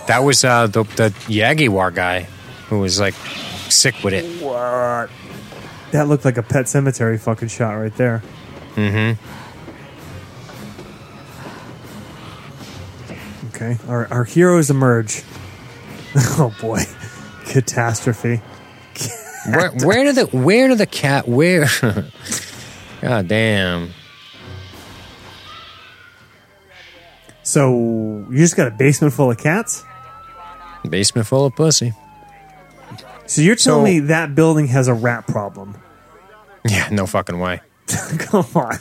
B: That was uh, the the Jaguar guy who was like sick with it.
C: What? That looked like a pet cemetery fucking shot right there. Mm-hmm. Okay, our, our heroes emerge. Oh boy, catastrophe.
B: Where, where did the where did the cat where? God damn!
C: So you just got a basement full of cats.
B: Basement full of pussy.
C: So you're telling
B: So-
C: me that building has a rat problem?
B: Yeah, no fucking way.
C: Come on.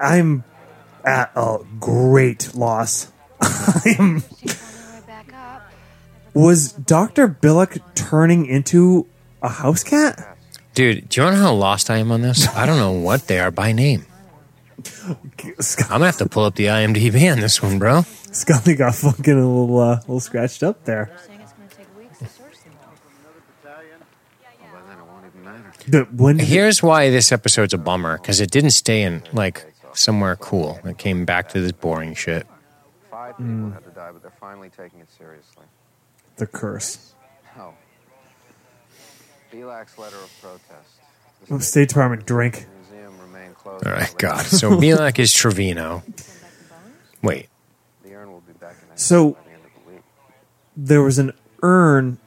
C: I'm at a great loss. I am. Was Doctor Billick turning into a house cat?
B: Dude, do you know how lost I am on this? I don't know what they are by name. I'm gonna have to pull up the IMDb on this one, bro.
C: Scully got fucking a little, uh, little scratched up there.
H: Saying it's going to take weeks to source them all.
G: Well, then it won't even matter.
C: But when did it-
B: Here's why this episode's a bummer because it didn't stay in like somewhere cool. It came back to this boring shit.
G: Five people
C: Hmm.
G: had to die, but they're finally taking it seriously.
C: the curse?
G: How? Belak's letter of protest.
C: Oh, State Department drink.
G: Museum remain closed.
B: All right,
G: until-
B: God. So Belak is Trevino. Wait,
G: The urn will be back in action
C: So-
G: by the end of the week.
C: there was an urn.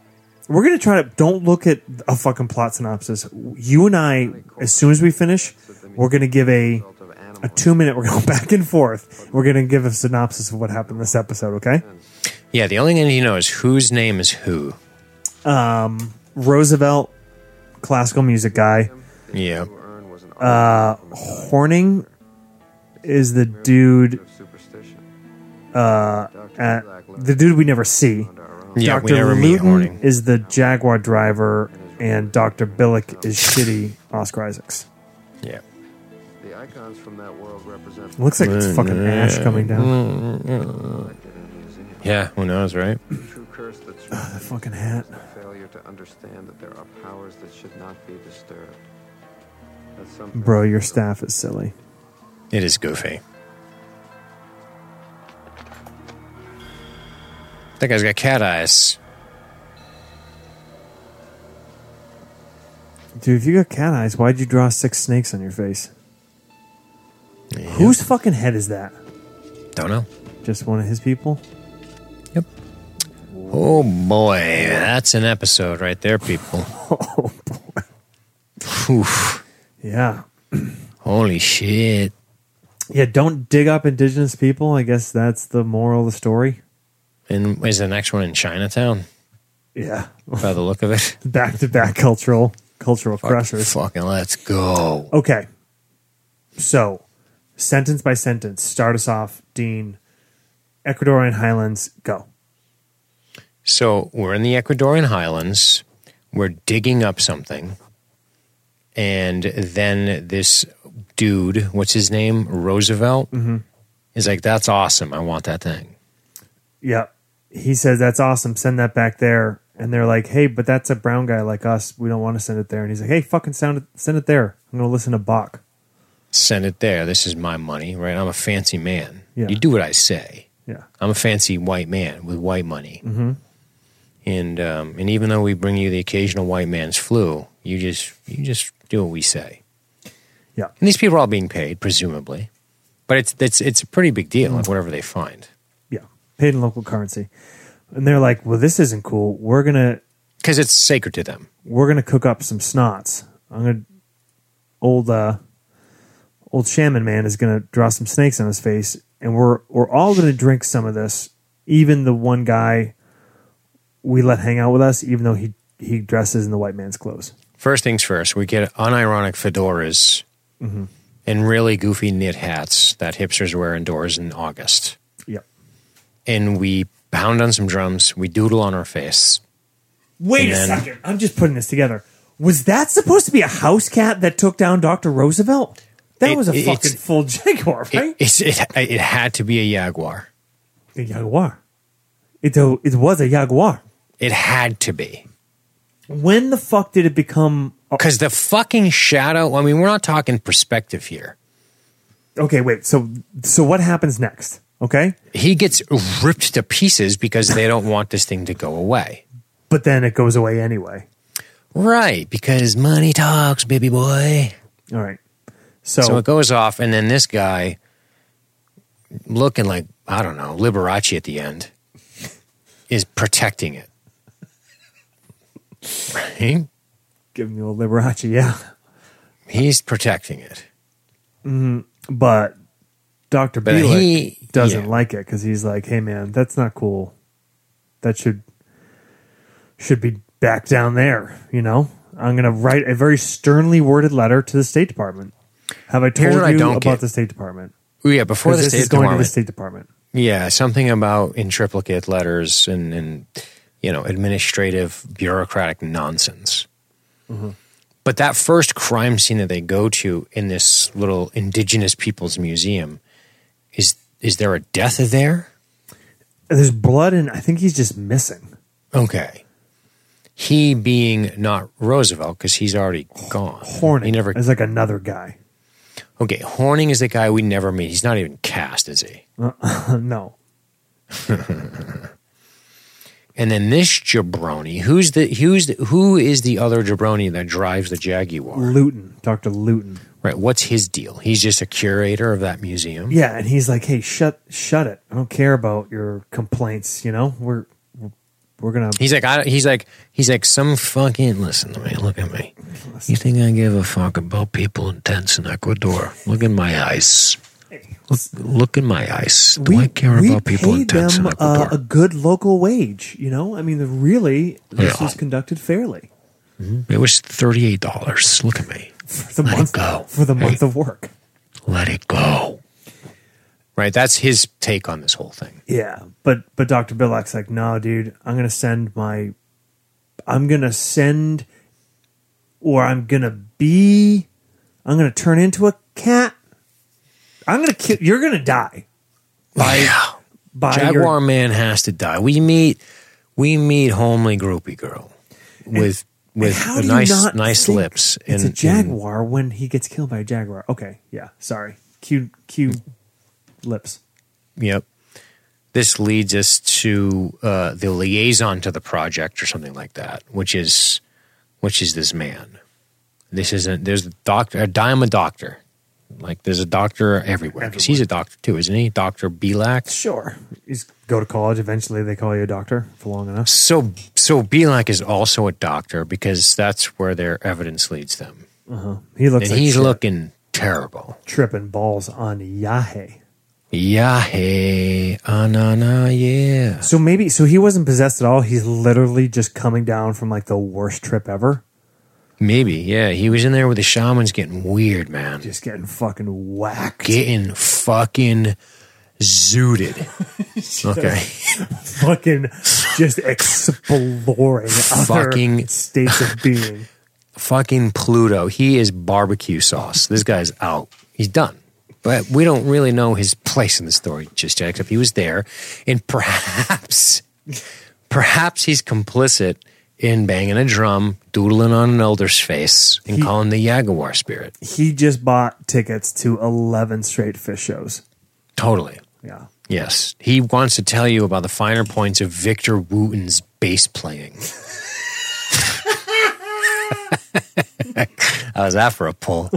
C: We're gonna try to don't look at a fucking plot synopsis. You and I, as soon as we finish, we're gonna give a
G: Result of animal
C: a two minute. We're going back and forth. We're gonna give a synopsis of what happened this episode. Okay,
B: yeah. The only thing you know is whose name is who.
C: Roosevelt, classical music guy,
B: Yeah.
G: urn was an
C: uh, Horning is the dude,
G: Superstition.
C: uh, at, the dude we never see.
B: Yeah, we
C: Dr.
B: never meet
C: Luton
B: Horning.
C: is the Jaguar driver, and Dr. Billick is shitty Oscar Isaacs.
B: Yeah.
G: The icons from that world represent
C: Looks like it's fucking ash coming down.
B: Yeah, who knows, right?
G: the true curse that's
C: The Ah, fucking hat.
G: failure to understand that there are powers that should not be disturbed. That's something.
C: Bro, your staff is silly.
B: It is goofy. That guy's got cat eyes.
C: Dude, if you got cat eyes, why'd you draw six snakes on your face? Whose fucking head is that?
B: Don't know.
C: Just one of his people?
B: Yep. Oh boy, that's an episode right there, people.
C: Oh, boy.
B: Oof.
C: Yeah.
B: Holy shit.
C: Yeah, don't dig up indigenous people. I guess that's the moral of the story.
B: And is the next one in Chinatown?
C: Yeah.
B: By the look of it,
C: Back to back cultural cultural crushers.
B: Fucking let's go.
C: Okay. So, sentence by sentence, start us off, Dean. Ecuadorian Highlands, go.
B: So we're in the Ecuadorian highlands. We're digging up something. And then this dude, what's his name? Roosevelt, is like, that's awesome. I want that thing.
C: Yeah. He says, That's awesome. Send that back there. And they're like, Hey, but that's a brown guy like us. We don't want to send it there. And he's like, Hey, fucking sound it, send it there. I'm going to listen to Bach.
B: Send it there. This is my money, right? I'm a fancy man.
C: Yeah.
B: You do what I say.
C: Yeah.
B: I'm a fancy white man with white money. Mm-hmm. And um, and even though we bring you the occasional white man's flu, you just you just do what we say.
C: Yeah.
B: And these people are all being paid, presumably, but it's it's it's a pretty big deal,
C: Mm.
B: like whatever they find,
C: Yeah. Paid in local currency. And they're like, Well, this isn't cool. We're going to
B: because it's sacred to them.
C: we're gonna cook up some snots. I'm gonna old uh old shaman man is gonna draw some snakes on his face, and we're we're all gonna drink some of this. Even the one guy we let hang out with us, even though he he dresses in the white man's clothes.
B: First things first, we get unironic fedoras
C: Mm-hmm.
B: and really goofy knit hats that hipsters wear indoors in August,
C: Yep.
B: and we pound on some drums, we doodle on our face. And
C: Wait a
B: then-
C: second. I'm just putting this together. Was that supposed to be a house cat that took down Dr. Roosevelt? That
B: It-
C: was a
B: it-
C: fucking
B: it's-
C: full jaguar,
B: It,
C: right?
B: it's- it, it had to be a jaguar.
C: a jaguar. It, it was a jaguar.
B: It had to be.
C: When the fuck did it become a-
B: Because the fucking shadow, I mean, we're not talking perspective here.
C: okay wait so so what happens next okay
B: He gets ripped to pieces because they don't want this thing to go away.
C: but then it goes away anyway
B: Right, because money talks, baby boy.
C: all right so,
B: So it goes off, and then this guy, looking like, I don't know, Liberace at the end, is protecting it. Right?
C: give me a little liberace yeah
B: He's protecting it.
C: but dr
B: But
C: Bielek
B: he-
C: doesn't
B: yeah.
C: like it because he's like hey man that's not cool that should should be back down there you know i'm gonna write a very sternly worded letter to the state department have i told
B: Here's what I
C: you
B: don't
C: about
B: get.
C: the state department
B: Oh, Yeah, before
C: 'Cause
B: the
C: this
B: State
C: is going to the
B: Department-
C: state department
B: Yeah, something about in triplicate letters and, and you know administrative bureaucratic nonsense. But that first crime scene that they go to in this little indigenous people's museum is is there a death there?
C: there's blood and i think he's just missing
B: Okay. He being not Roosevelt because he's already gone.
C: horny
B: He never.
C: is like another guy
B: Okay, Horning is the guy we never meet. He's not even cast, is he?
C: no
B: And then this jabroni, who's the who's the, who is the other jabroni that drives the Jaguar?
C: Luton, Dr. Luton.
B: Right. What's his deal? He's just a curator of that museum.
C: Yeah, and he's like, "Hey, shut shut it. I don't care about your complaints, you know? We're we're going to
B: He's like, I, he's like, he's like, some fucking, listen to me, look at me. You think I give a fuck about people in tents in Ecuador? Look in my eyes. Look, look in my eyes. Do I care about people in
C: paid
B: tents in
C: them uh,
B: Ecuador?
C: a good local wage, you know? I mean, the- really this
B: Yeah.
C: was conducted fairly.
B: it was $38. Look at me.
C: for the
B: Let it
C: month
B: go.
C: for the
B: Hey.
C: month of work.
B: Let it go. Right, that's his take on this whole thing.
C: Yeah, but but Dr. Billak's like, no, dude, I'm gonna send my, I'm gonna send, or I'm gonna be, I'm gonna turn into a cat. I'm gonna kill. You're gonna die. By,
B: Yeah.
C: by your-
B: Jaguar man has to die. We meet we meet homely groupie girl with with
C: How
B: the
C: do you
B: nice
C: not
B: nice
C: think
B: lips
C: It's a
B: and- and-
C: jaguar when he gets killed by a jaguar. Okay, yeah, sorry. Cue cue lips.
B: Yep. This leads us to uh, the liaison to the project or something like that, which is which is this man. This isn't there's a doctor a dime a doctor. Like there's a doctor everywhere. Because he's a doctor too, isn't he? Doctor Belak.
C: Sure. You just go to college. Eventually, they call you a doctor for long enough.
B: So so Belak is also a doctor because that's where their evidence leads them.
C: He looks
B: and
C: like
B: he's
C: shit,
B: looking terrible.
C: tripping balls on Yahe.
B: Yahe anana yeah.
C: So maybe so he wasn't possessed at all. He's literally just coming down from like the worst trip ever,
B: Maybe, yeah. He was in there with the shamans getting weird, man.
C: just getting fucking whacked.
B: getting fucking zooted. okay.
C: fucking just exploring other
B: Fucking-
C: states of being.
B: Fucking Pluto. He is barbecue sauce. This guy's out. He's done. But we don't really know his place in the story just yet, except he was there. And perhaps, perhaps he's complicit in banging a drum, doodling on an elder's face, and
C: He-
B: calling the Jaguar spirit.
C: He just bought tickets to eleven straight fish shows.
B: Totally.
C: Yeah.
B: Yes. He wants to tell you about the finer points of Victor Wooten's bass playing. How's that for a pull?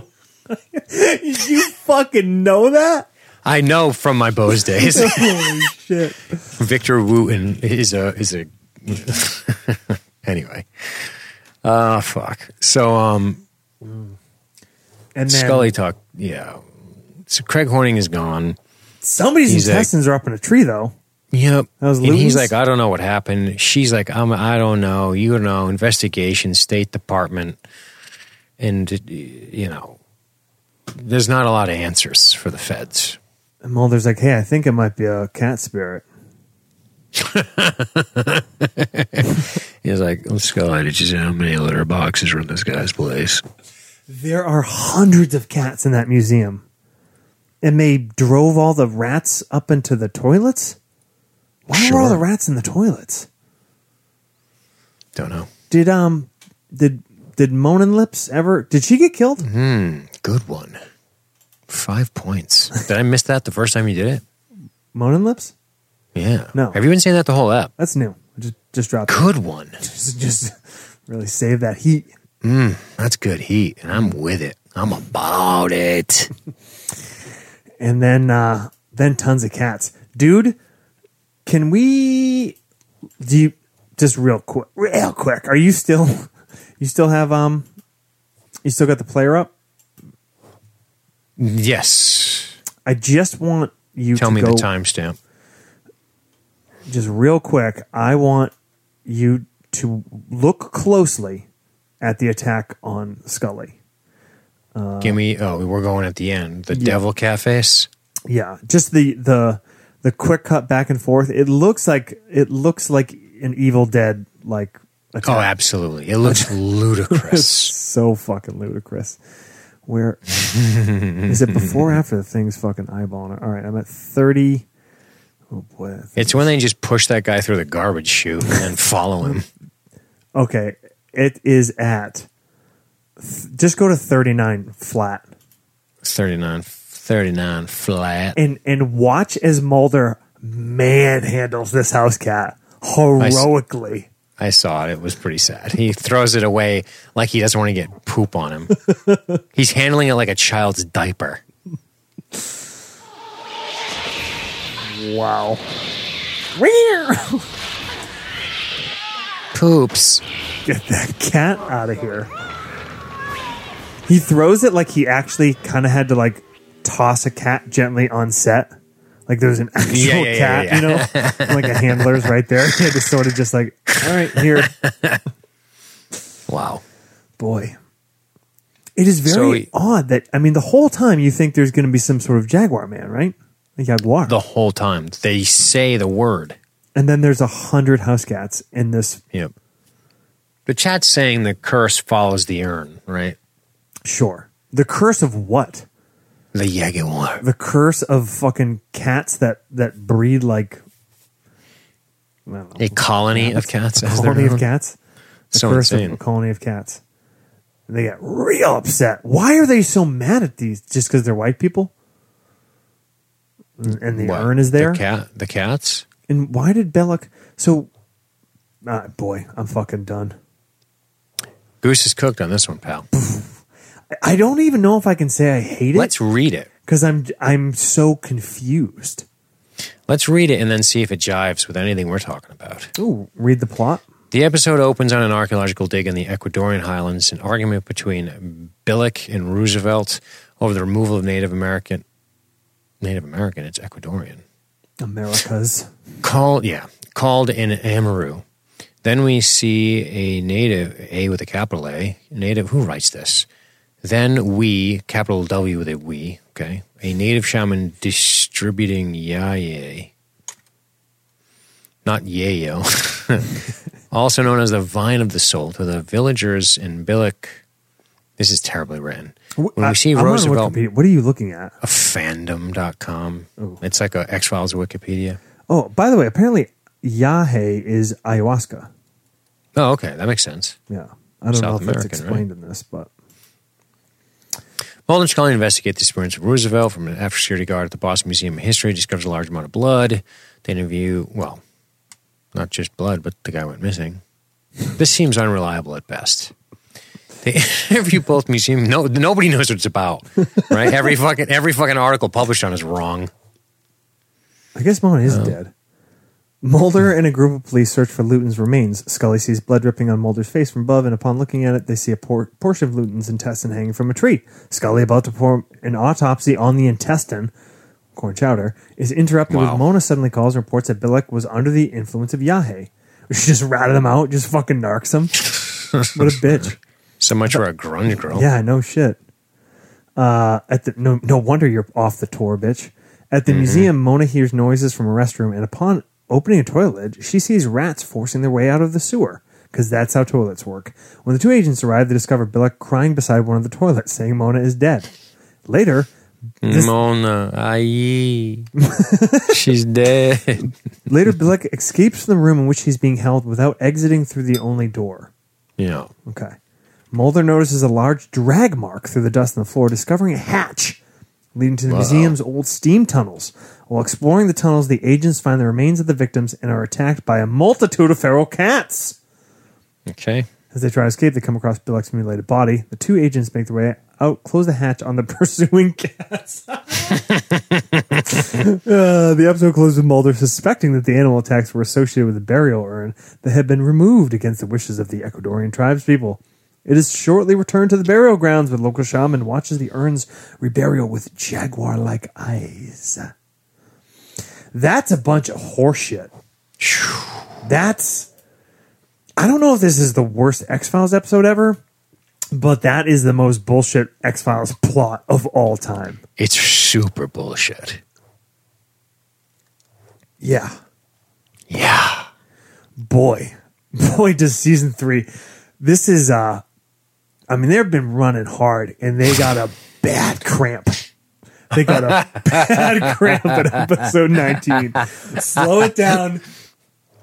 C: you fucking know that?
B: I know from my Bose days.
C: Holy shit.
B: Victor Wooten is a is a anyway. Oh fuck. So um
C: And then
B: Scully talk yeah. So Craig Horning is gone.
C: somebody's
B: he's like-
C: intestines are up in a tree though.
B: Yep.
C: That was
B: and he's
C: Luton's?
B: like, I don't know what happened. She's like, I'm, I don't know. You know, investigation, State Department, and uh, you know, there's not a lot of answers for the feds.
C: And Mulder's like, hey, I think it might be a cat spirit.
B: He's like, let's go. Did you see how many litter boxes are in this guy's place?
C: There are hundreds of cats in that museum. And they drove all the rats up into the toilets? Why were all
B: Sure.
C: the rats in the toilets?
B: Don't know.
C: Did um did did Moanin Lips ever did she get killed?
B: Good one. Five points. Did I miss that the first time you did it?
C: Moanin Lips?
B: Yeah.
C: No.
B: Have you been saying that the whole app?
C: That's new. I Just just dropped it.
B: Good one.
C: Just, just really save that heat.
B: That's good heat, and I'm with it. I'm about it.
C: and then uh then tons of cats dude can we do you just real quick real quick are you still you still have um you still got the player up
B: Yes.
C: i just want you
B: Tell
C: to
B: me
C: go
B: the timestamp.
C: just real quick i want you to look closely at the attack on scully uh,
B: Give me. Oh, we're going at the end. The Devil Cafes.
C: yeah just the the the quick cut back and forth it looks like it looks like an evil dead like
B: Oh,
C: attack.
B: absolutely. It looks ludicrous.
C: so fucking ludicrous. Where is it before or after the thing's fucking eyeballing it? All right, I'm at 30. Oh boy.
B: It's when they just push that guy through the garbage chute and then follow him.
C: Okay, it is at. th- Just go to 39 flat
B: 39, 39 flat.
C: and and watch as Mulder manhandles this house cat heroically.
B: I saw it. It was pretty sad. He throws it away like he doesn't want to get poop on him. He's handling it like a child's diaper.
C: Wow.
B: Poops.
C: Get that cat out of here. He throws it like he actually kind of had to like toss a cat gently on set. Like there's an actual
B: Yeah, yeah, yeah,
C: cat,
B: yeah.
C: you know, like a handler's right there. He had to sort of just like, all right, here,
B: Wow.
C: boy. It is very
B: So-
C: odd that I mean the whole time you think there's going to be some sort of jaguar man, right? A jaguar,
B: the whole time. They say the word.
C: and then there's a hundred house cats in this.
B: Yep. The chat's saying the curse follows the urn, right?
C: Sure, the curse of what?
B: The jaguar.
C: The curse of fucking cats that that breed like I don't know,
B: A colony of cats.
C: a
B: as their
C: colony of
B: own.
C: cats. The
B: So
C: curse
B: insane.
C: of a colony of cats. And they get real upset. Why are they so mad at these? Just because they're white people? And and the
B: What?
C: urn is there.
B: The cat. The cats.
C: And why did Belloc? So, ah, boy, I'm fucking done.
B: Goose is cooked on this one, pal.
C: I- I don't even know if I can say I hate it
B: Let's read it.
C: because I'm I'm so confused.
B: Let's read it and then see if it jives with anything we're talking about.
C: Ooh, read the plot.
B: The episode opens on an archaeological dig in the Ecuadorian highlands, an argument between Billick and Roosevelt over the removal of Native American. Native American, it's Ecuadorian.
C: America's
B: Called, yeah, called in Amaru. Then we see a native, A with a capital A, native, who writes this? Then we, capital W with a we, okay, a native shaman distributing yaye. Not yayo. also known as the Vine of the Soul, to the villagers in Billick. This is terribly written. When
C: I-
B: we see
C: I'm on
B: Roosevelt,
C: Wikipedia. What are you looking at?
B: a fandom.com, it's like a X Files Wikipedia.
C: Oh, by the way, apparently Yahe is ayahuasca.
B: Oh, okay, that makes sense.
C: Yeah, I don't know if
B: South
C: that's
B: American,
C: explained in this, but
B: Mulder and Scully investigate the disappearance of Roosevelt from an after security guard at the Boston Museum of History, discovers a large amount of blood. They interview, well, not just blood, but the guy went missing. This seems unreliable at best. They interview both museum. No, nobody knows what it's about, right? Every fucking every fucking article published on is wrong.
C: I guess Mullen is dead. Mulder and a group of police search for Luton's remains. Scully sees blood dripping on Mulder's face from above, and upon looking at it, they see a por- portion of Luton's intestine hanging from a tree. Scully, about to perform an autopsy on the intestine, corn chowder, is interrupted
B: Wow.
C: when Mona suddenly calls and reports that Billick was under the influence of Yahe. She just ratted him out, just fucking narcs him. what a bitch.
B: So much for a grunge girl.
C: Yeah, no shit. Uh, at the no, no wonder you're off the tour, bitch. At the museum, Mona hears noises from a restroom, and upon opening a toilet lid, she sees rats forcing their way out of the sewer because that's how toilets work. When the two agents arrive, they discover Billick crying beside one of the toilets, saying Mona is dead. Later, this-
B: Mona, aye, she's dead.
C: later Billick escapes from the room in which he's being held without exiting through the only door.
B: You know,
C: Okay. Mulder notices a large drag mark through the dust on the floor, discovering a hatch leading to the museum's old steam tunnels. While exploring the tunnels, the agents find the remains of the victims and are attacked by a multitude of feral cats.
B: okay.
C: As they try to escape, they come across Billick's mutilated body. The two agents make their way out, close the hatch on the pursuing cats. Uh, the episode closes with Mulder suspecting that the animal attacks were associated with a burial urn that had been removed against the wishes of the Ecuadorian tribespeople. It is shortly returned to the burial grounds, where the local shaman watches the urn's reburial with jaguar-like eyes. That's a bunch of horseshit. That's I don't know if this is the worst X Files episode ever, but that is the most bullshit X Files plot of all time.
B: It's super bullshit.
C: Yeah.
B: Yeah.
C: Boy. Boy does season three. This is uh I mean, they've been running hard and they got a bad cramp. They got a bad cramp in episode 19. Slow it down.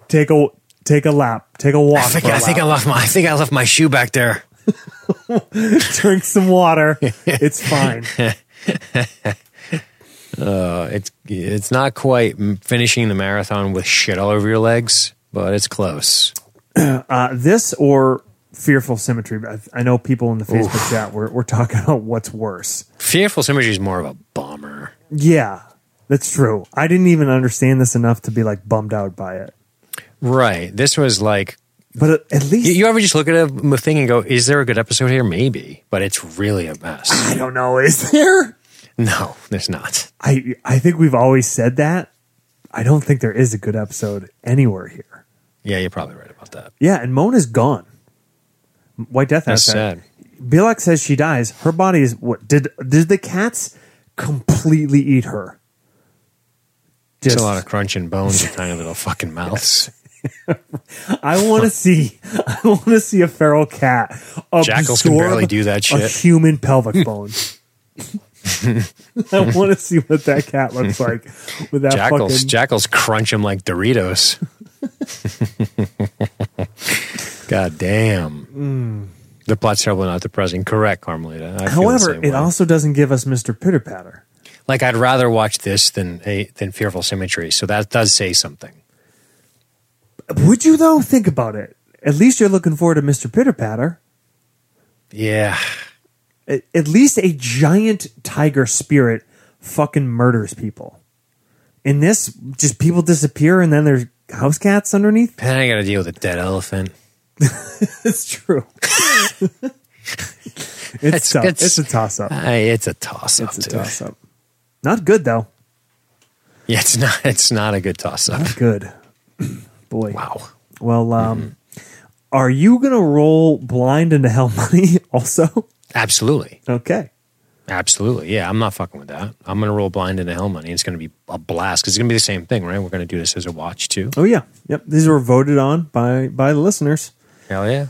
C: Take a take a lap. Take a walk.
B: I think
C: for a
B: I think I
C: lap.
B: left my I think I left my shoe back there.
C: drink some water. It's fine.
B: Uh, it's it's not quite m- finishing the marathon with shit all over your legs, but it's close.
C: Uh, this or fearful symmetry. I, I know people in the Facebook chat were, were talking about what's worse.
B: Fearful Symmetry is more of a bummer.
C: Yeah, that's true. I didn't even understand this enough to be like bummed out by it.
B: Right. This was like
C: But at, at least
B: you, you ever just look at a m- thing and go, "Is there a good episode here?" Maybe, but it's really a mess.
C: I don't know. Is there?
B: no, there's not.
C: I I think we've always said that. I don't think there is a good episode anywhere here.
B: Yeah, you're probably right about that.
C: Yeah, and Mona's gone. White Death
B: That's
C: has that.
B: sad.
C: Bielak says she dies. Her body is what did did the cats completely eat her?
B: Just a lot of crunching bones and tiny little fucking mouths.
C: I want to see I want to see a feral cat absorb
B: Jackals can barely do that
C: a
B: shit.
C: human pelvic bone. I want to see what that cat looks like with that
B: Jackals,
C: fucking
B: jackals crunch them like Doritos. God damn. The plot's terrible, not depressing. Correct, Carmelita. I feel the
C: Mm. However,
B: same
C: it
B: way.
C: also doesn't give us Mr. Pitter Patter.
B: like I'd rather watch this than a, than Fearful Symmetry. So that does say something.
C: Would you though? Think about it. At least you're looking forward to Mr. Pitter Patter.
B: Yeah,
C: At at least a giant tiger spirit fucking murders people. In this, just people disappear and then there's house cats underneath.
B: and I got to deal with a dead elephant.
C: It's true. it's,
B: It's-
C: tough. It's,
B: it's-
C: a toss up.
B: I, it's a toss up.
C: It's a toss up. Not good though.
B: Yeah, it's not. It's not a good toss up.
C: Not good. Boy.
B: Wow. Mm-hmm.
C: Well, um, are you gonna roll blind into hell money also?
B: Absolutely.
C: okay.
B: Absolutely. Yeah, I'm not fucking with that. I'm gonna roll blind into hell money. It's gonna be a blast because it's gonna be the same thing, right? We're gonna do this as a watch too.
C: Oh yeah. Yep. These were voted on by by the listeners.
B: Hell yeah.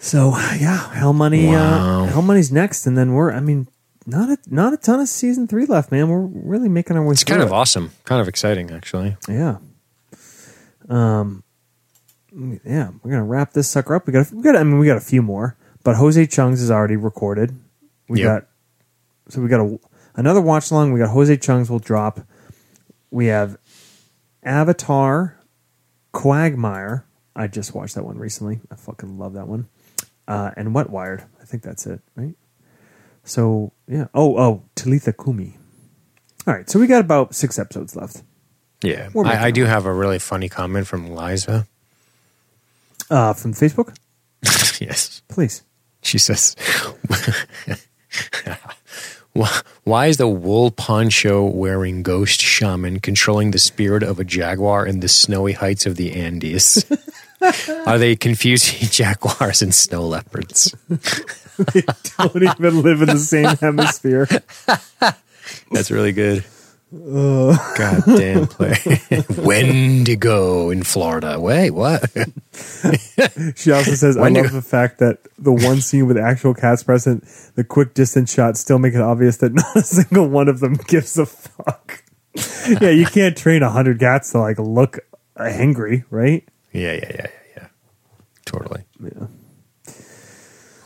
C: So yeah, Hell Money.
B: Wow.
C: Uh, Hell Money's next, and then we're. I mean, not a not a ton of season three left, man. We're really making our way.
B: It's
C: through
B: kind
C: it.
B: of awesome. Kind of exciting, actually.
C: Yeah. Um. Yeah, we're gonna wrap this sucker up. We got. We got. I mean, we got a few more, but Jose Chung's is already recorded. We
B: Yep.
C: got. So we got a, another watch along. We got Jose Chung's will drop. We have Avatar, Quagmire. I just watched that one recently. I fucking love that one. Uh, and Wet Wired. I think that's it, right? So yeah. Oh oh, Talitha Kumi. All right, so we got about six episodes left.
B: Yeah.
C: We're making
B: I, I do have a really funny comment from Liza.
C: Uh, from Facebook,
B: yes.
C: please.
B: She says, "Why- Why is the wool poncho wearing ghost shaman controlling the spirit of a jaguar in the snowy heights of the Andes? Are they confusing jaguars and snow leopards?
C: Don't even live in the same hemisphere.
B: That's really good. Uh. Goddamn play. Wendigo in Florida. Wait, what?
C: She also says, "I
B: When do-
C: love the fact that the one scene with actual cats present, the quick distance shots still make it obvious that not a single one of them gives a fuck." yeah, you can't train a hundred cats to like look uh, angry, right?
B: Yeah, yeah, yeah, yeah, yeah. Totally. Yeah.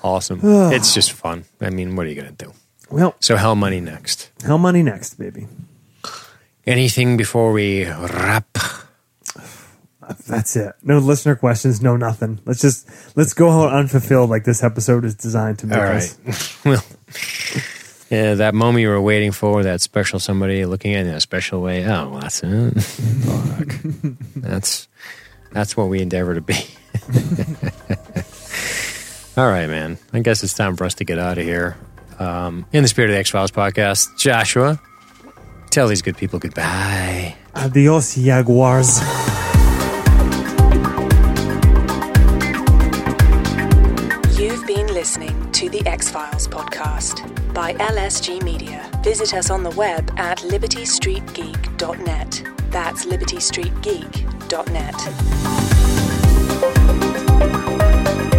B: Awesome. it's just fun. I mean, what are you gonna do?
C: Well,
B: So, hell money next.
C: hell money next, baby.
B: Anything before we wrap?
C: That's it. No listener questions. No nothing. Let's just let's go out unfulfilled like this episode is designed to make
B: All
C: us.
B: right. well, yeah, that moment you were waiting for, that special somebody looking at you in a special way. Oh, well, that's it. Fuck. that's that's what we endeavor to be. All right, man. I guess it's time for us to get out of here. Um, in the spirit of the X Files podcast, Joshua, tell these good people goodbye.
C: Adios, Jaguars.
A: You've been listening to the X Files podcast by LSG Media. Visit us on the web at libertystreetgeek.net. That's libertystreetgeek.net.